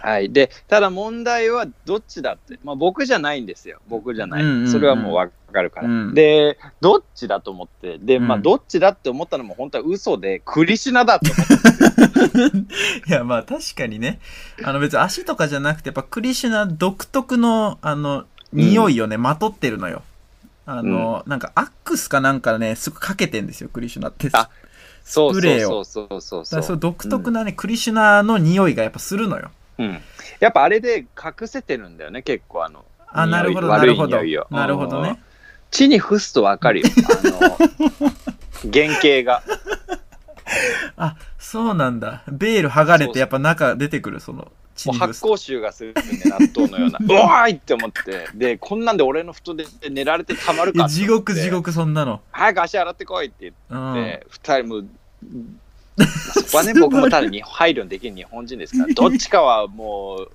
はい、でただ問題はどっちだって、まあ、僕じゃないんですよ僕じゃない、
うんうんうん
それはもう分かるから、
うん
でどっちだと思ってで、まあ、
うん
どっちだって思ったのも本当は嘘でクリシュナだと思っ
いやまあ確かにねあの別に足とかじゃなくてやっぱクリシュナ独特のあの匂いをね、まとってるのよあの、なんかアックスかなんかねすぐかけてんですよクリシュナって
あそ
ス
う
プレー
そ
を
うそうそう
だか
そう
らそ
そう
の独特なね、クリシュナの匂いがやっぱするのよ
うん、やっぱあれで隠せてるんだよね結構あの
あ、なるほど、
匂い
なるほど
悪い匂いを。
なるほどね。
地に伏すと分かるよあ の原型が
あ、そうなんだ。ベール剥がれ
そうそ
て、
う
やっぱ中出てくる、その、チ
もう
ニグス
発。酵臭がするんで納豆のようなうわーいって思ってでこんなんで俺の布団で寝られてたまる
い
か
や
って
地
思って
獄、地獄、そんなの。
早く足洗ってこいって
うん。
言って二、人もうんそこはね僕もただに配慮できる日本人です からどっちかはもう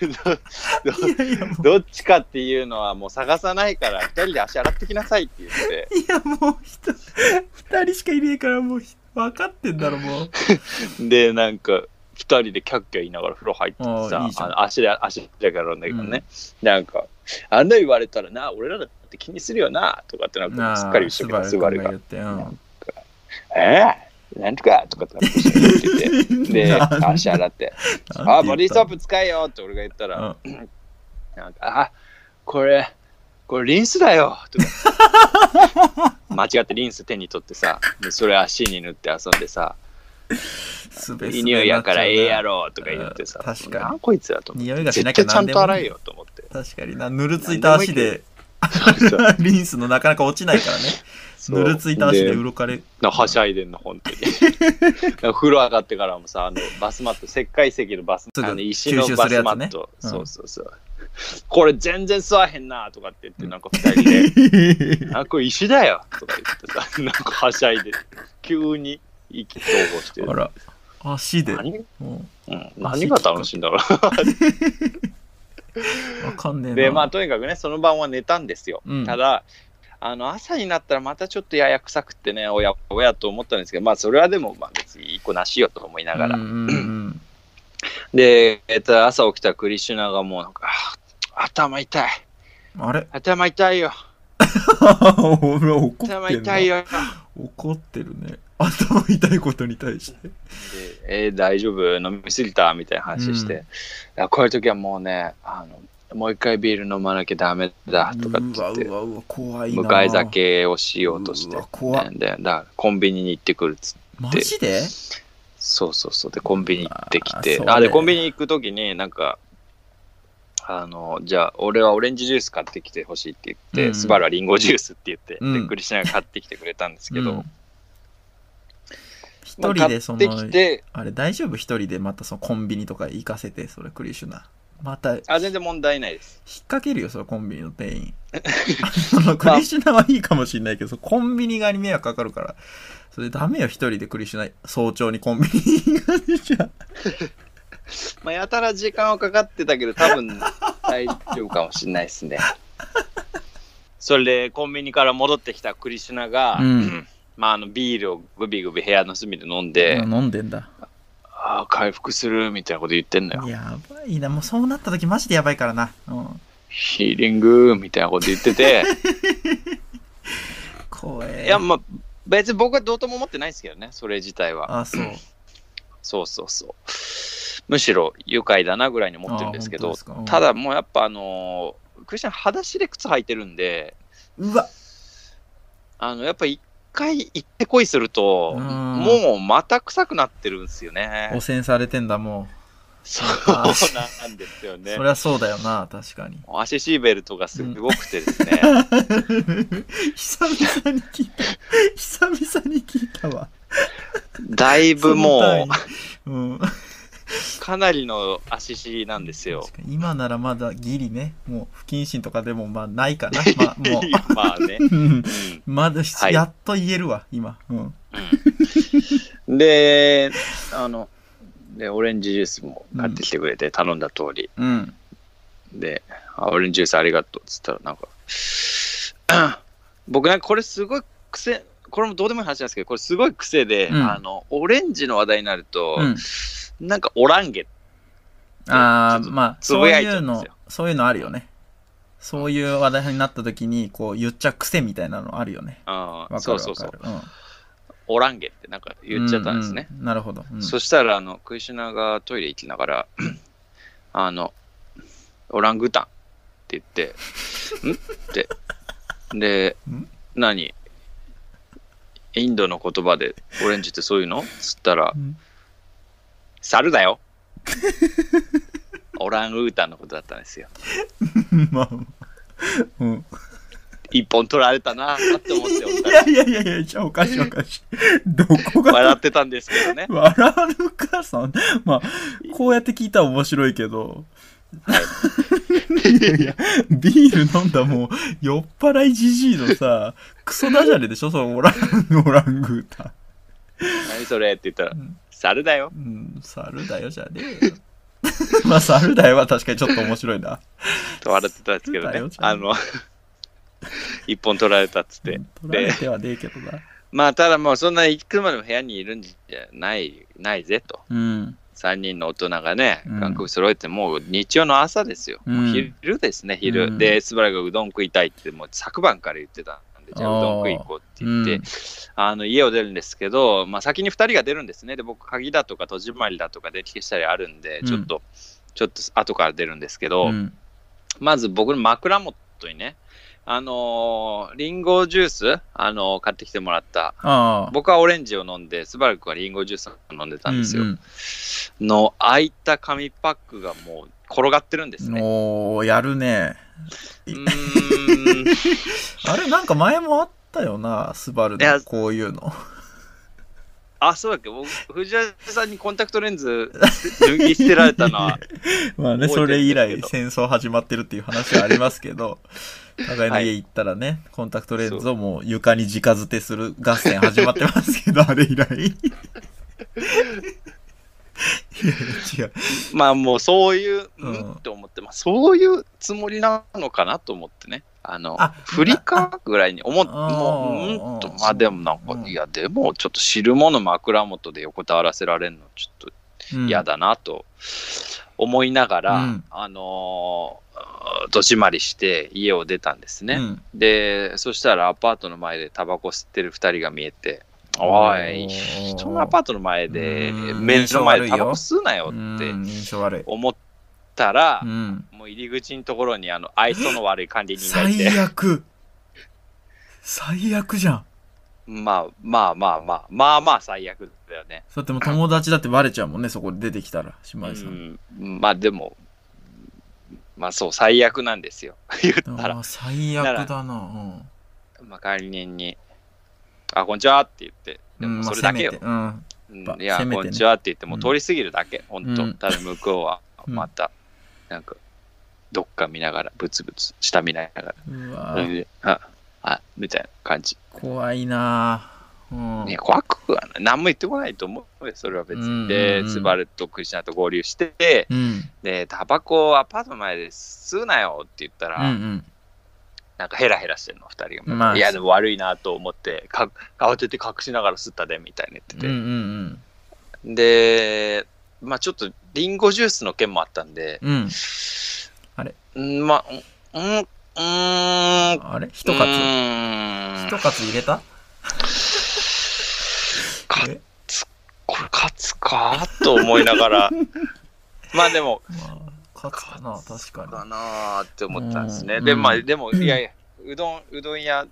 ど
いやいや、もう、
どっちかっていうのはもう探さないから二人で足洗ってきなさいって言って
いや、もう人、 二人しかいねえから、もう、分かってんだろ、もう。
でなんか二人でキャッキャ言いながら風呂入ってて
あ
さ
ーいいじゃん
あの足で足だけあるんだけどね、なんかあんな言われたらな俺らだって気にするよなとかってなん
な
か
あ
すっかり後ろからス
ス
バ
バ
ル
ル
が
君が言って、
「ええなんとか」とかって一緒に言って
うん。
てで
なんなん
足洗って
て
「
言った
あボディソープ使えよ」って俺が言ったら
うん
なんか、あ、これ、これリンスだよと か間違ってリンス手に取ってさ、でそれ足に塗って遊んでさ、
すべすべ
いい
になっちゃ
匂い
うな
やからええやろとか言ってさ、
うん確かに
なんこいつだと思って。
匂いがしなきゃ
絶対ちゃ
何
ん
で
と
も
洗
ね
えよと思って。
確かになぬるついた足で
そう そう
リンスのなかなか落ちないからね
そう
ぬるついた足でう
な
ろかれ
はしゃいでんの、本当 に。なんか風呂上がってからもさ、あのバスマット、石灰石のバス
ちょっと
あの石の
吸収
バ
する
ス
や
マ
つね
ット、
うん
そうそうそう。これ全然吸わへんなとかって言って、なんか二人で。あ、これ石だよとか言ってさ、なんかはしゃいで、急に意気投合して
あ
る。
ら足で
何,、
うん
うん、何が楽しいんだろ
わかん
う。
ねえな
で、まあ、とにかくね、その晩は寝たんですよ。
うん
ただ、あの朝になったらまたちょっとやや臭くってね、おやおやと思ったんですけど、まあ、それはでも、まあ、別に一個なしよと思いながら。
うんうんうん
で、えっと、朝起きたらクリシュナがもうなんか、あー頭痛い、
あれ
頭痛いよ、
俺は怒っ
頭
てる
痛い
な
よ。
怒ってるね頭痛いことに対して
でえー大丈夫飲みすぎたみたいな話して、
うん
いやこういう時はもうねあのもう一回ビール飲まなきゃダメだとかって
う
言
わ
っ
う
て
わうわ怖いな
向かい酒をしようとして
うわ怖い
でだからコンビニに行ってくるっつって
マジで
そうそうそうでコンビニ行ってきて
うわー
あ
そうだ
で
よ
コンビニ行く時になんかあのじゃあ俺はオレンジジュース買ってきてほしいって言って、
うん
スバルはリンゴジュースって言って、
うん
でクリシナが買ってきてくれたんですけ
う
ど
ん、一人でその
買ってきて
あれ大丈夫一人でまたそのコンビニとか行かせてそれクリシュナまた引っ
あ全然問題ないです
掛けるよそのコンビニの 店員そのクリシュナはいいかもしれないけどそのコンビニ側に迷惑かかるからそれダメよ一人でクリシュナ早朝にコンビニ行かせちゃ
まあ、やたら時間はかかってたけど、多分大丈夫かもしれないですね。それでコンビニから戻ってきたクリシュナが、
うん
まあ、あのビールをグビグビ部屋の隅で飲んで、
飲んでんだ
ああ、回復するみたいなこと言ってんのよ。
やばいなもうそうなった時マジでやばいからな、うん、
ヒーリングみたいなこと言って て、
怖え
いや、まあ、別に僕はどうとも思ってないですけどね、それ自体は。
あそう
そうそうそう。むしろ愉快だなぐらいに思ってるんですけ
あ
ど
本当、ですかうん
ただもうやっぱあのークリスチャン裸足で靴履いてるんで、
うわ
あのやっぱ一回行ってこいすると、
うん
もうまた臭くなってるんですよ
汚
ね。
染されてんだも
そうなんですよ
う、
ね
そ。りゃそうだよな確かに
足シーベルトがすごくてですね、
久々に聞いた久々に聞いたわ
だいぶも
う、うん、
うかなりの足シなんですよ。
確かに今ならまだギリねもう不謹慎とかでもまあない かなまあも
まあね。
うう
う
ん
ん
まだし、
はい
やっと言えるわ今、うん、
うんで、あの、で、オレンジジュースも買ってきてくれて、頼んだ通り。
うん、
で、あオレンジジュースありがとうっつったら、なんか、 僕なんかこれすごい癖、これもどうでもいい話なんですけど、これすごい癖で、
うん
あの、オレンジの話題になると、
うん
なんかオランゲってち
あ
ょっ
あ
と
まあ
つ
そう
ぶやい
い
ちゃう
うん
ですよ
のそういうのあるよねそういう話題になった時にこう言っちゃ癖みたいなのあるよね
あー
わか
そ
る
うそ
わ
うそ
か
う
る、うん、
オランゲってなんか言っちゃったんですね。
うんうんなるほど、うん
そしたら、あの、クイシュナがトイレ行きながら、 あの、オラングータンって言って、んって。で
ん、
何インドの言葉でオレンジってそういうのつったら
う、ん
猿だよ オランウータンのことだったんですよ。
まあ、うん。
一本取られたなって思っておっ
い
た
やいやいやいや、じゃあおかしいおかしい。どこが
笑ってたんですけ どね。
笑わぬかさん。まあ、こうやって聞いたら面白いけど。いやいや、ビール飲んだもう、酔っ払いじじいのさ、クソダジャレでしょそのオラン、オラングータ
何それって言ったら
うん、
猿だよ
ン。うん、猿だよじゃねえよ。 まあ、猿だよは確かにちょっと面白いな。
と笑ってたんですけど
猿だよ
ね
じ。ゃん
あの、 一本取られたっつって。
取られてはねえけどな。
まあ、ただもうそんな行くまでも部屋にいるんじゃない、ないぜと。
うん。
3人の大人がね
うん、
韓国揃えて、もう日曜の朝ですよ。
うん
もう昼ですね、昼。
うん
で、スバラがうどん食いたいって、もう昨晩から言ってたんで、じゃ
あー
あうどん食い行こうって言って、
うん
あの家を出るんですけど、まあ、先に2人が出るんですね。で、僕、鍵だとか戸締まりだとかで消したりあるんで
う、ん
ちょっと、ちょっと後から出るんですけど、
うん
まず僕の枕元にね、あのーリンゴジュース、あのー買ってきてもらった。
ああ。
僕はオレンジを飲んで、スバルくんはリンゴジュースを飲んでたんですよ。
うう
の開いた紙パックがもう転がってるんですね。
おー、やるね。
うーん
あれ、なんか前もあったよな、スバル
いや
のこういうの。
あ、そうだっけ僕、藤原さんにコンタクトレンズ脱ぎ捨てられたの は、
まあね、そ
覚
れ
え
以
てるんです
来
けど
戦争始まってるっていう話はあります けど、互いの家行ったらね、コンタクトレンズをもう床に直づてする合戦始まってますけど、あれ以来。 いや違う。
まあもうそういう、
うんん
って思って、まあそういうつもりなのかなと思ってね。あの、
あ
振りかぐらいに思っ
あ
もう、うんと、
うん
まあでもなんか、
うん
いやでもちょっと汁物枕元で横たわらせられるの、ちょっと
うん
嫌。だなと思いながら、
うん
あのー戸締まりして家を出たんです
う
ね、
ん
でそしたらアパートの前でタバコ吸ってる2人が見えて「おい人のアパートの前で
うん
目の前で
印象悪いよ
タバコ吸うなよ」っ
う
て
ん、印象悪い。
思ったら、
うん。
もう入り口のところにあの愛想の悪い管理人がいて
最悪。最悪じゃん。
まあまあまあまあまあまあ最悪だよね
だってもう友達だってバレちゃうもんね、そこで出てきたら、姉妹さん。
うん、まあでもまあそう最悪なんですよ 言ったら
あー最悪だな。うん
まあ、管理人に「あこんにちは」って言ってで
うん
も
ま
そ
あ
れだけよ
せめ、てうん
うん
ぱ
いや、
せめてね
こんにちはって言っても
うん
通り過ぎるだけ、本当、
うん
ただ向こうは
うん
また、なんかどっか見ながらブツブツ下見なが
う
ら、
わ
う
ー
んああみたいな感じ、
怖いなぁうん
ね、怖くはない何も言ってこないと思うよそれは別に、
うんう
で
んうん
スバルとクリスナと合流して
うん。
でタバコをアパートの前で吸うなよって言った
う
ら、
ん
なんかヘラヘラしてるの2人が、
まあ
いやでも悪いなと思ってか慌てて隠しながら吸ったでみたいに言って
うん。うん
て、
うん
でまあちょっとリンゴジュースの件もあったんで
うん。うん。
うんまあうんうんうん
あれ一括一括入れた
か
え
これ勝つかと思いなが らまあでも
まあ、勝つかな、確
か
か
なーって思ったんですね、
うん
でまあでも
うん
いやいやうどんうどん屋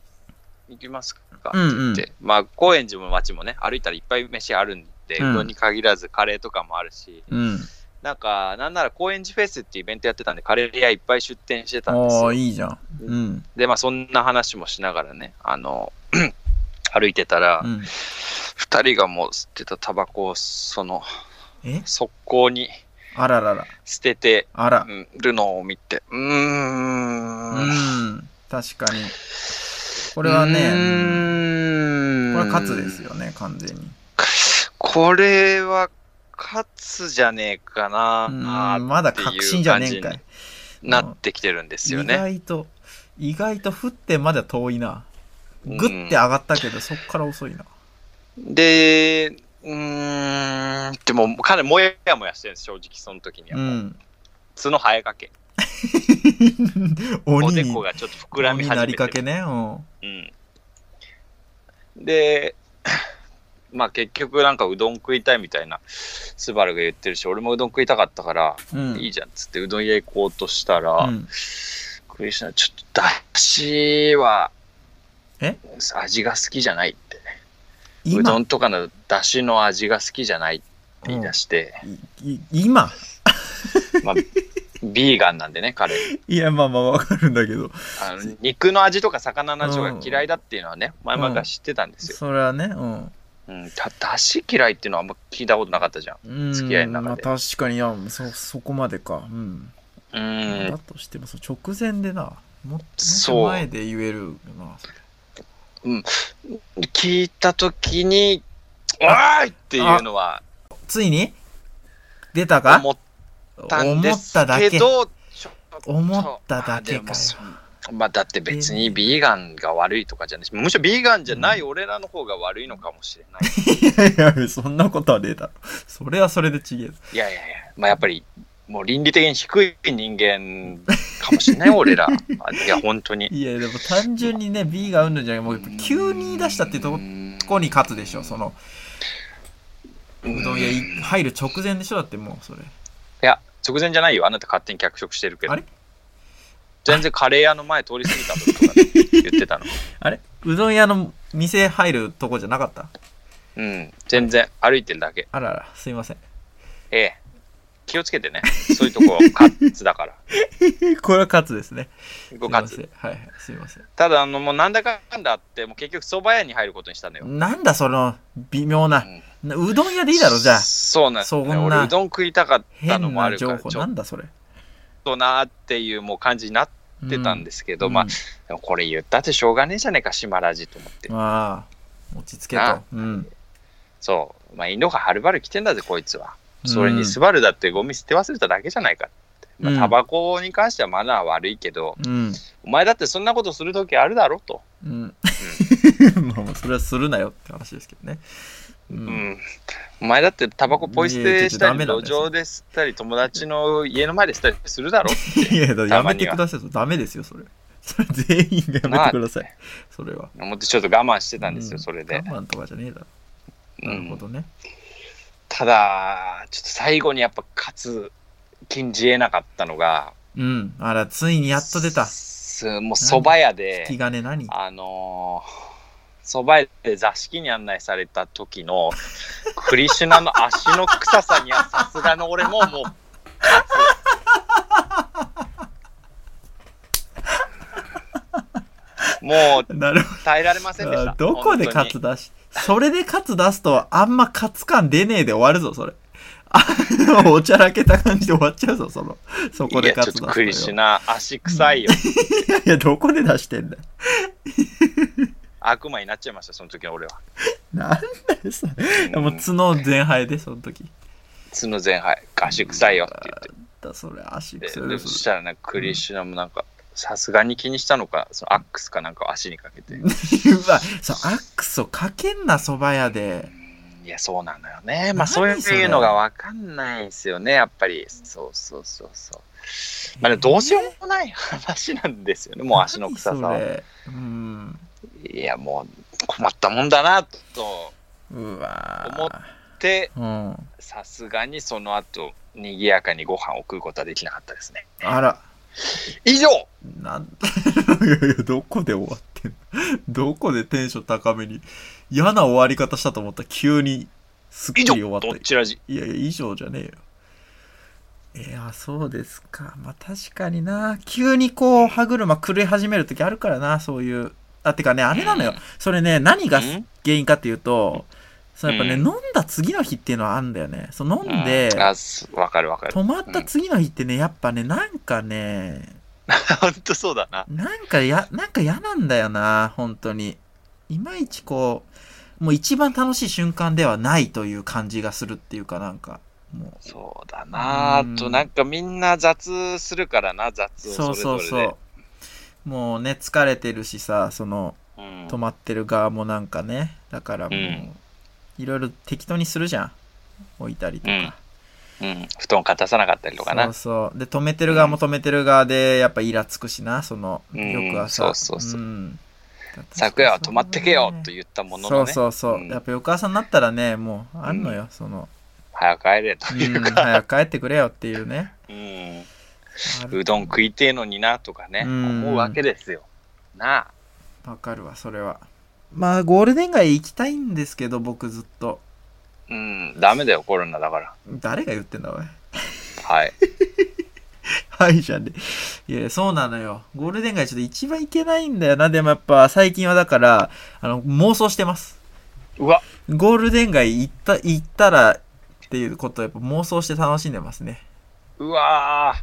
行きますかって
うんうん
言って、まあ高円寺も町もね歩いたらいっぱい飯あるんで、
う
うんどんに限らずカレーとかもあるし
に。うん。
なんかなんなら高円寺フェスっていうイベントやってたんでカレー屋いっぱい出店してたんです
ああ、
よ
いいじゃん。うん。
でまあそんな話もしながらねあの 歩いてたら、
うん。
二人がもう吸ってたタバコをその
え
速攻に
あららら。
捨てて
あら。
るのを見てうー
うんん。確かに。こ
こ
れはね、
ね
これは勝つですよね、完全に。
これは勝つじゃねえかな
うんまだ確信じゃねえん
って
か
いう感
い。
じになってきてるんですよ
意
ね
外と、意外と降ってまだ遠いな。
うん
グッて上がったけど、そっから遅いな。
でうーんでも彼もやもやしてるんです正直その時には
う
もう、
ん。
角生えかけお
鬼
で
に、
こがちょっと膨らみ
鬼に
始
な
め
り
て
かけね。う
う
ん。
ん、で まあ結局なんかうどん食いたいみたいなスバルが言ってるし俺もうどん食いたかったから、
うん。
いいじゃんっつってうどん屋行こうとしたら、
うん
クリスナちょっとだしは
え
味が好きじゃないってうど
今
んとかのだしの味が好きじゃないって言い出して、
いい今
まあビーガンなんでね彼
いや、まあまあわかるんだけど。
あ の肉の味とか魚の味が嫌いだっていうのはね前々から知ってたんですよ、
それはね、うん。
うん、だだし嫌いっていうのはあんま聞いたことなかったじゃん
うん
付き合いの中で
まあ、確かに、いや、そ、そこまでか。うん。
う
だ
ん
としても、そう直前でな、もっと
そう
前で言えるよな。
聞いた時に「おーい!」っていうのは
ついに出たか
思ったんです
思っただけ
け。どちょっと
思っただけか
まあで
よ
もそまあだって別にビーガンが悪いとかじゃないし、むしろビーガンじゃない俺らの方が悪いのかもしれ ない。
いやいや、そんなことはねえだろ。それはそれでちげえぞ。
いやいやいや、まあやっぱりもう倫理的に低い人間かもしれない、俺ら。いや、本当に。
いや、でも単純にね、B がうんぬんじゃなくて、もうやっぱ急に言い出したってとこに勝つでしょ、その。うどん屋い入る直前でしょ、だってもう、それ。
いや、直前じゃないよ。あなた勝手に脚色してるけど
あれ。
全然カレー屋の前通り過ぎたとか言ってたの。
あれうどん屋の店入るとこじゃなかった
うん、全然歩いてるだけ。
あらら、すいません。
ええ。気をつけてね。そういうとこ、カッツだ から。
これは勝つですね。
ごカッ
すい
ツ。
ません。はいはい、すいません。
ただ、あの、もうなんだかんだあって、もう結局蕎麦屋に入ることにしたのよ。
なんだ、その、微妙な。なうどん屋でいいだろ、じゃあ。
そうなんです
そん
ね。
な
俺、うどん食いたかったの
変
もある
な
か
情
ら、ち
報、
ょ
な
っ
んだ、それ。
となーっていうもう感じになってたん
で
ですけど、まあ、でもこれ言ったってしょうがねえじゃねえか、島ラジと思って。
まあ、落ち着けと
な。
うん。
そう。まあ、インドがはるばる来てんだぜ、こいつは。それ
う
に、
ん
スバルだってゴミ捨て忘れただけじゃないかって。ま
う
あ、
ん
タバコに関してはマナー悪いけど、
うん。
お前だってそんなことするときあるだろと。
うん。 まあまあ、それはするなよって話ですけどね。う。
うんん。お前だってタバコポイ捨てしたり、
いやちょっとダメなん
路
ですよ
上で吸ったり、友達の家の前で吸ったりするだろ
いや、だからや
たま
め
に
て
は
くださいと。ダメですよ、それ。それ全員がやめてください。それは。
思ってちょっと我慢してたんですよ、
うん
それで
我。慢とかじゃねえだろ。なるほどね。
ただ、ちょっと最後にやっぱ勝つ禁じ得なかったのが、
うん。あら、ついにやっと出た。
すもう蕎麦屋で
引、き金何
あのー、そば屋で座敷に案内された時のクリシュナの足の臭さにはさすがの俺ももう勝つもう
なるほ
耐えられませんでした
ど。どこで
本当
勝つ
に
出し、それで勝つ出すと、あんま勝つ感出ねえで終わるぞ、それ。あ の、おちゃらけた感じで終わっちゃうぞ、その。そこ
い
で
やちょっ
勝つ出
と
すとよ。
クリシュナ足臭いよ
いやいや、どこで出してんだよ
悪魔になっちゃいましたその時の俺は
なんだよ、それ。 もう
うん
角全敗で、その時。
角全敗足臭いよって言って
だ、それ、足
で
くせえ
で
で
そし
そ
たらなんかクリシュナもなんかさすがに気にしたのかそのアックスかなんかを足にかけて、うん
れ。うわ、そう、アックスをかけんな、蕎麦屋で。
いやそうなのよねまあ
何
そう
それ
いうのが分かんないんですよねやっぱりそうそうそうそうまあでもどうしようもない話なんですよねもう足の臭さ
何そ
は
れうん。
いやもう困ったもんだなと
うわ
思って
うん。
さすがにその後賑やかにご飯を食うことはできなかったですね
あら、
以上
なん だいやいや、どこで終わってんのどこでテンション高めに。嫌な終わり方したと思ったら急に、すっき
以
り
上
終わった
どっちらじ
いやいや、以上じゃねえよ。いや、そうですか。まあ確かにな。急にこう、歯車狂い始めるときあるからな、そういう。あ、てかね、あれなのよ。それね、何が
うん
原因かっていうと、そのやっぱね、
うん
飲んだ次の日っていうのはあるんだよね。そう飲んで
う、あすわかるわかる
止まった次の日ってね、やっぱね、なんかね、
本当そうだな
なんかや、なんか嫌なんだよな、本当に。いまいちこう、もう一番楽しい瞬間ではないという感じがするっていうかなんか、もう。
そうだな
うん
あとなんかみんな雑するからな雑
そ
をそ
うそ
れ
う
ぞ
そ
れ
う。もうね、疲れてるしさ、その、
でうん
止まってる側もなんかね、だからもう、
うん
いろいろ適当にするじゃん。置いたりとか。
うん布団かたさなかったりとか
そう
な
そう。で、止めてる側も止めてる側で、やっぱイラつくしな、その、
うん
よくはさ。
そうそうそうん昨夜は止まってけよと言ったもののね
そうそうそう、
うん
やっぱ翌朝になったらねもうあんのよ、その、
早く帰れと
う、
いうんか
早く帰ってくれよっていうね
うん
ある
うどん食いてえのになとかね
うん
思うわけですよなあ
わかるわそれはまあゴールデン街行きたいんですけど僕ずっと
うんダメだよコロナだから
誰が言ってんだおい
はい
はいじゃんねいやそうなのよゴールデン街ちょっと一番行けないんだよなでもやっぱ最近はだからあの妄想してます
うわ
ゴールデン街行った行ったらっていうことをやっぱ妄想して楽しんでますね
うわー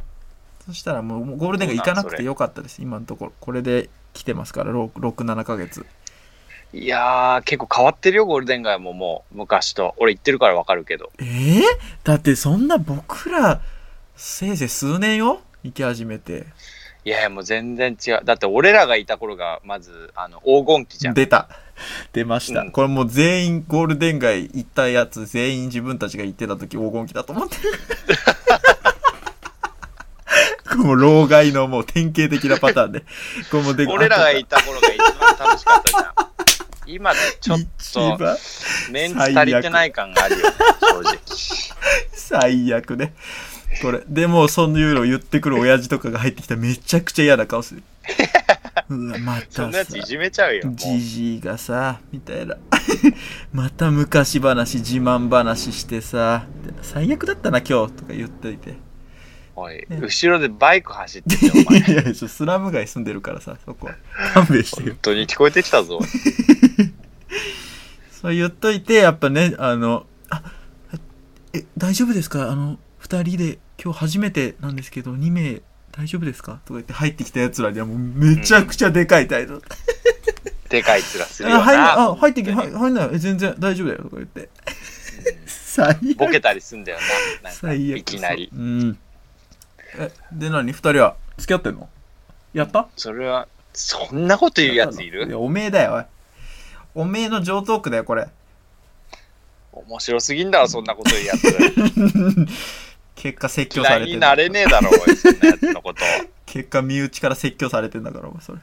そしたらもうもうゴールデン街行かなくてよかったです今のところこれで来てますから67ヶ月
いやー結構変わってるよゴールデン街ももう昔と俺行ってるからわかるけど
えー、だってそんな僕らせいぜい数年よ行き始めて
いやいや、もう全然違う。だって俺らがいた頃が、まず、あの、黄金期じゃん。
出た。出ました。
うん
これもう全員ゴールデン街行ったやつ、全員自分たちが行ってた時黄金期だと思って る。もう老害のもう典型的なパターンで。これもうで
俺らがいた頃が一番楽しかったじゃん。今、ちょっ
一
と、
番
メンツ足りてない感があるよね、正
最悪ね。これ。でも、そういうのを言ってくる親父とかが入ってきたらめちゃくちゃ嫌な 顔する。うわ、ま
直。そ
た
んなやつ
さ
い。じめちゃうよ。もう
じじいがさ、みたいな。 また昔話、自慢話してさ、最悪だったな、今日、とか言っといて。
おい、
ね
後ろでバイク走ってるよ、お前。
いや、ちょスラム街住んでるからさ、そこは。勘弁してよ
本。当に聞こえてきたぞ。
そう言っといて、やっぱね、あの、あ、え、大丈夫ですかあの、二人で、今日初めてなんですけど、二名、大丈夫ですかとか言って入ってきた奴らにはもうめちゃくちゃでかい態度。
でかい面する
あ、
よ
入んない、
な。
あ、入ってき、入入んない、え全然大丈夫だよ、とか言って。 最悪。
ボケたりすんだよな。なんか
最悪。
いきなり。
そう。うん。え、で何二人は付き合ってんのやった
それは、そんなこと言うやつい
い
る
や、おめえだよ、おい。おめえの上トークだよ、これ。
面白すぎんだろ、そんなこと言う やつ。
結果説教
嫌
され
い
て
に
ん
な
だ
れねえだろ、おいそんなやつのこと。
結果身内から説教されてんだから、お前それ。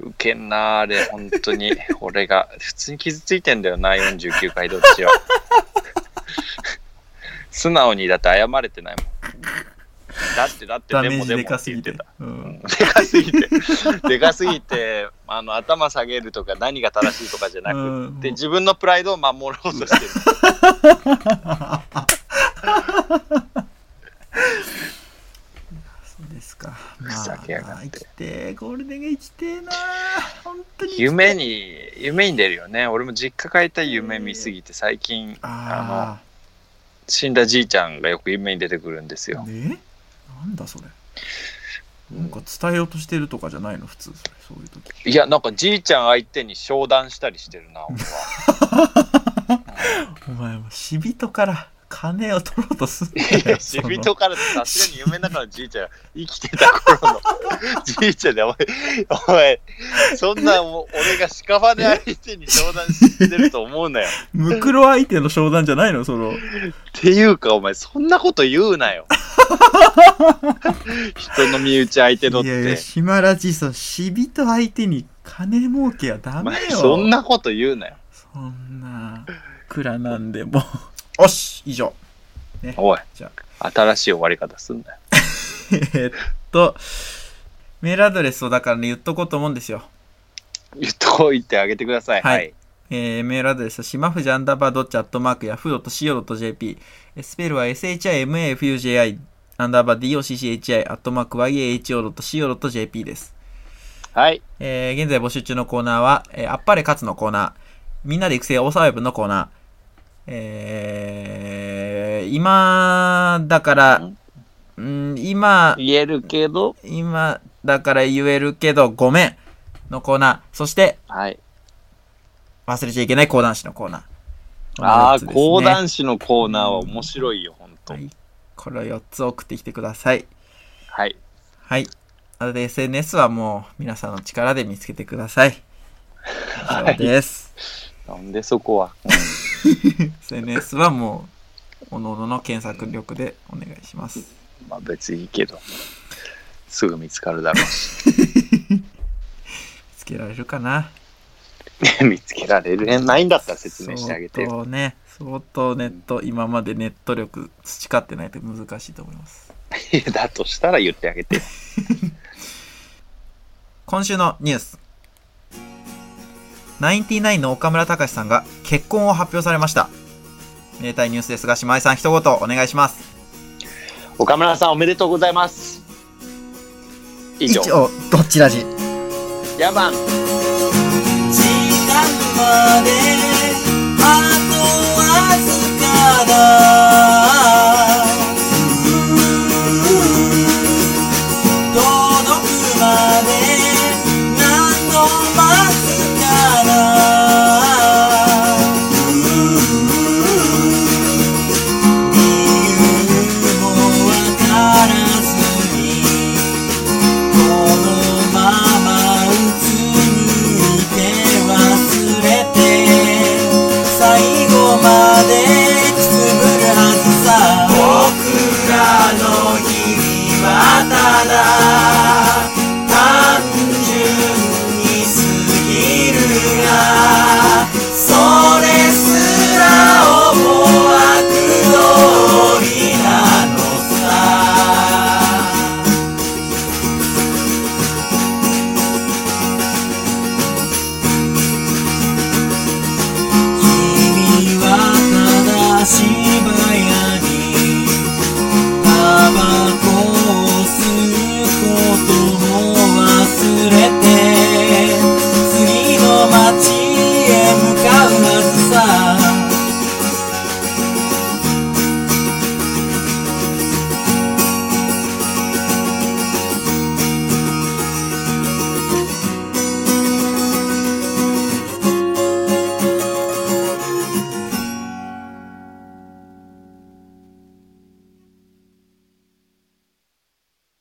ウケんなあれ、本当に。 俺が、普通に傷ついてんだよな、49回どっちは。 素直にだって謝れてないもん。だってだって
ダ
で
メ
も
ージ
でも
でか
っ
す
て言
ぎ
って
て
た。。
う
うんん。でかすぎて、 でかすぎて、あの、頭下げるとか何が正しいとかじゃなく
うん
て、自分のプライドを守ろうとしてる。
そうですか。ま
ふざけやが
あ、
って
生きてー、ゴールデンが生きてーなー。本当に生きてー。
夢に、夢に出るよね。俺も実家帰った夢見すぎて、最近、
あ
死んだじいちゃんがよく夢に出てくるんです
あ。
よ。
ねなんだそれ。なんか伝えようとしてるとかじゃないの、普通。それそういう時。
いや、なんかじいちゃん相手に商談したりしてる な、俺は。
お前も死人から金を取ろうとすんなよ
いや、
そ
死
の
人からってさすがに夢の中のじいちゃん、生きてた頃のじいちゃんで、おい、おい、そんなもう俺が屍相手に商談してると思うなよ。
ムクロ相手の商談じゃないのその。
っていうか、お前、そんなこと言うなよ。人の身内相手のっ
いやいや、
て。
島ラジさん、死人相手に金儲けはダ
お
メ
前、
よ。
そん。なこと言うなよ。
そんな、くらなんでも。よし、以上。
おい
じゃ、
新しい終わり方すんなよ。
えーっと、メールアドレスをだからね、言っとこうと思うんですよ。
言っとこう言ってあげてください。
はい
はい。
えーメールアドレスは、しまふじアンダーバードッチアットマークヤフー .co.jp。えースペルは shimafuji アンダーバー docchi アットマーク yaho.co.jp です。
はい。
えー現在募集中のコーナーは、えーあっぱれ勝つのコーナー、みんなで育成大沢ウェブのコーナー、えー今、だから、うん、今、
言えるけど、
今、だから言えるけど、ごめんのコーナー、そして、
はい。
忘れちゃいけない講談師のコーナー。
ああ、講
師。
談師のコーナーは面白いよ、ほんと。
はい。これを4つ送ってきてください。
はい。
はい。あとで SNS はもう皆さんの力で見つけてください。以上です。
なんでそこは。
SNS はもう、おののの検索力でお願いします。
まあ別にいいけど。すぐ見つかるだろうし。
見つけられるかな
見つけられるね。ないんだったら説明してあげて
相
よ。
当ね、相当ネット、今までネット力培ってないと難しいと思います。
いやだとしたら言ってあげてよ。
今週のニュース。ナインティナインの岡村隆史さんが結婚を発表されました。めでたいニュースですが、島井さん一言お願いします。
岡村さんおめでとうございます。以上。
どっちらじ。
野蛮。
時間まであと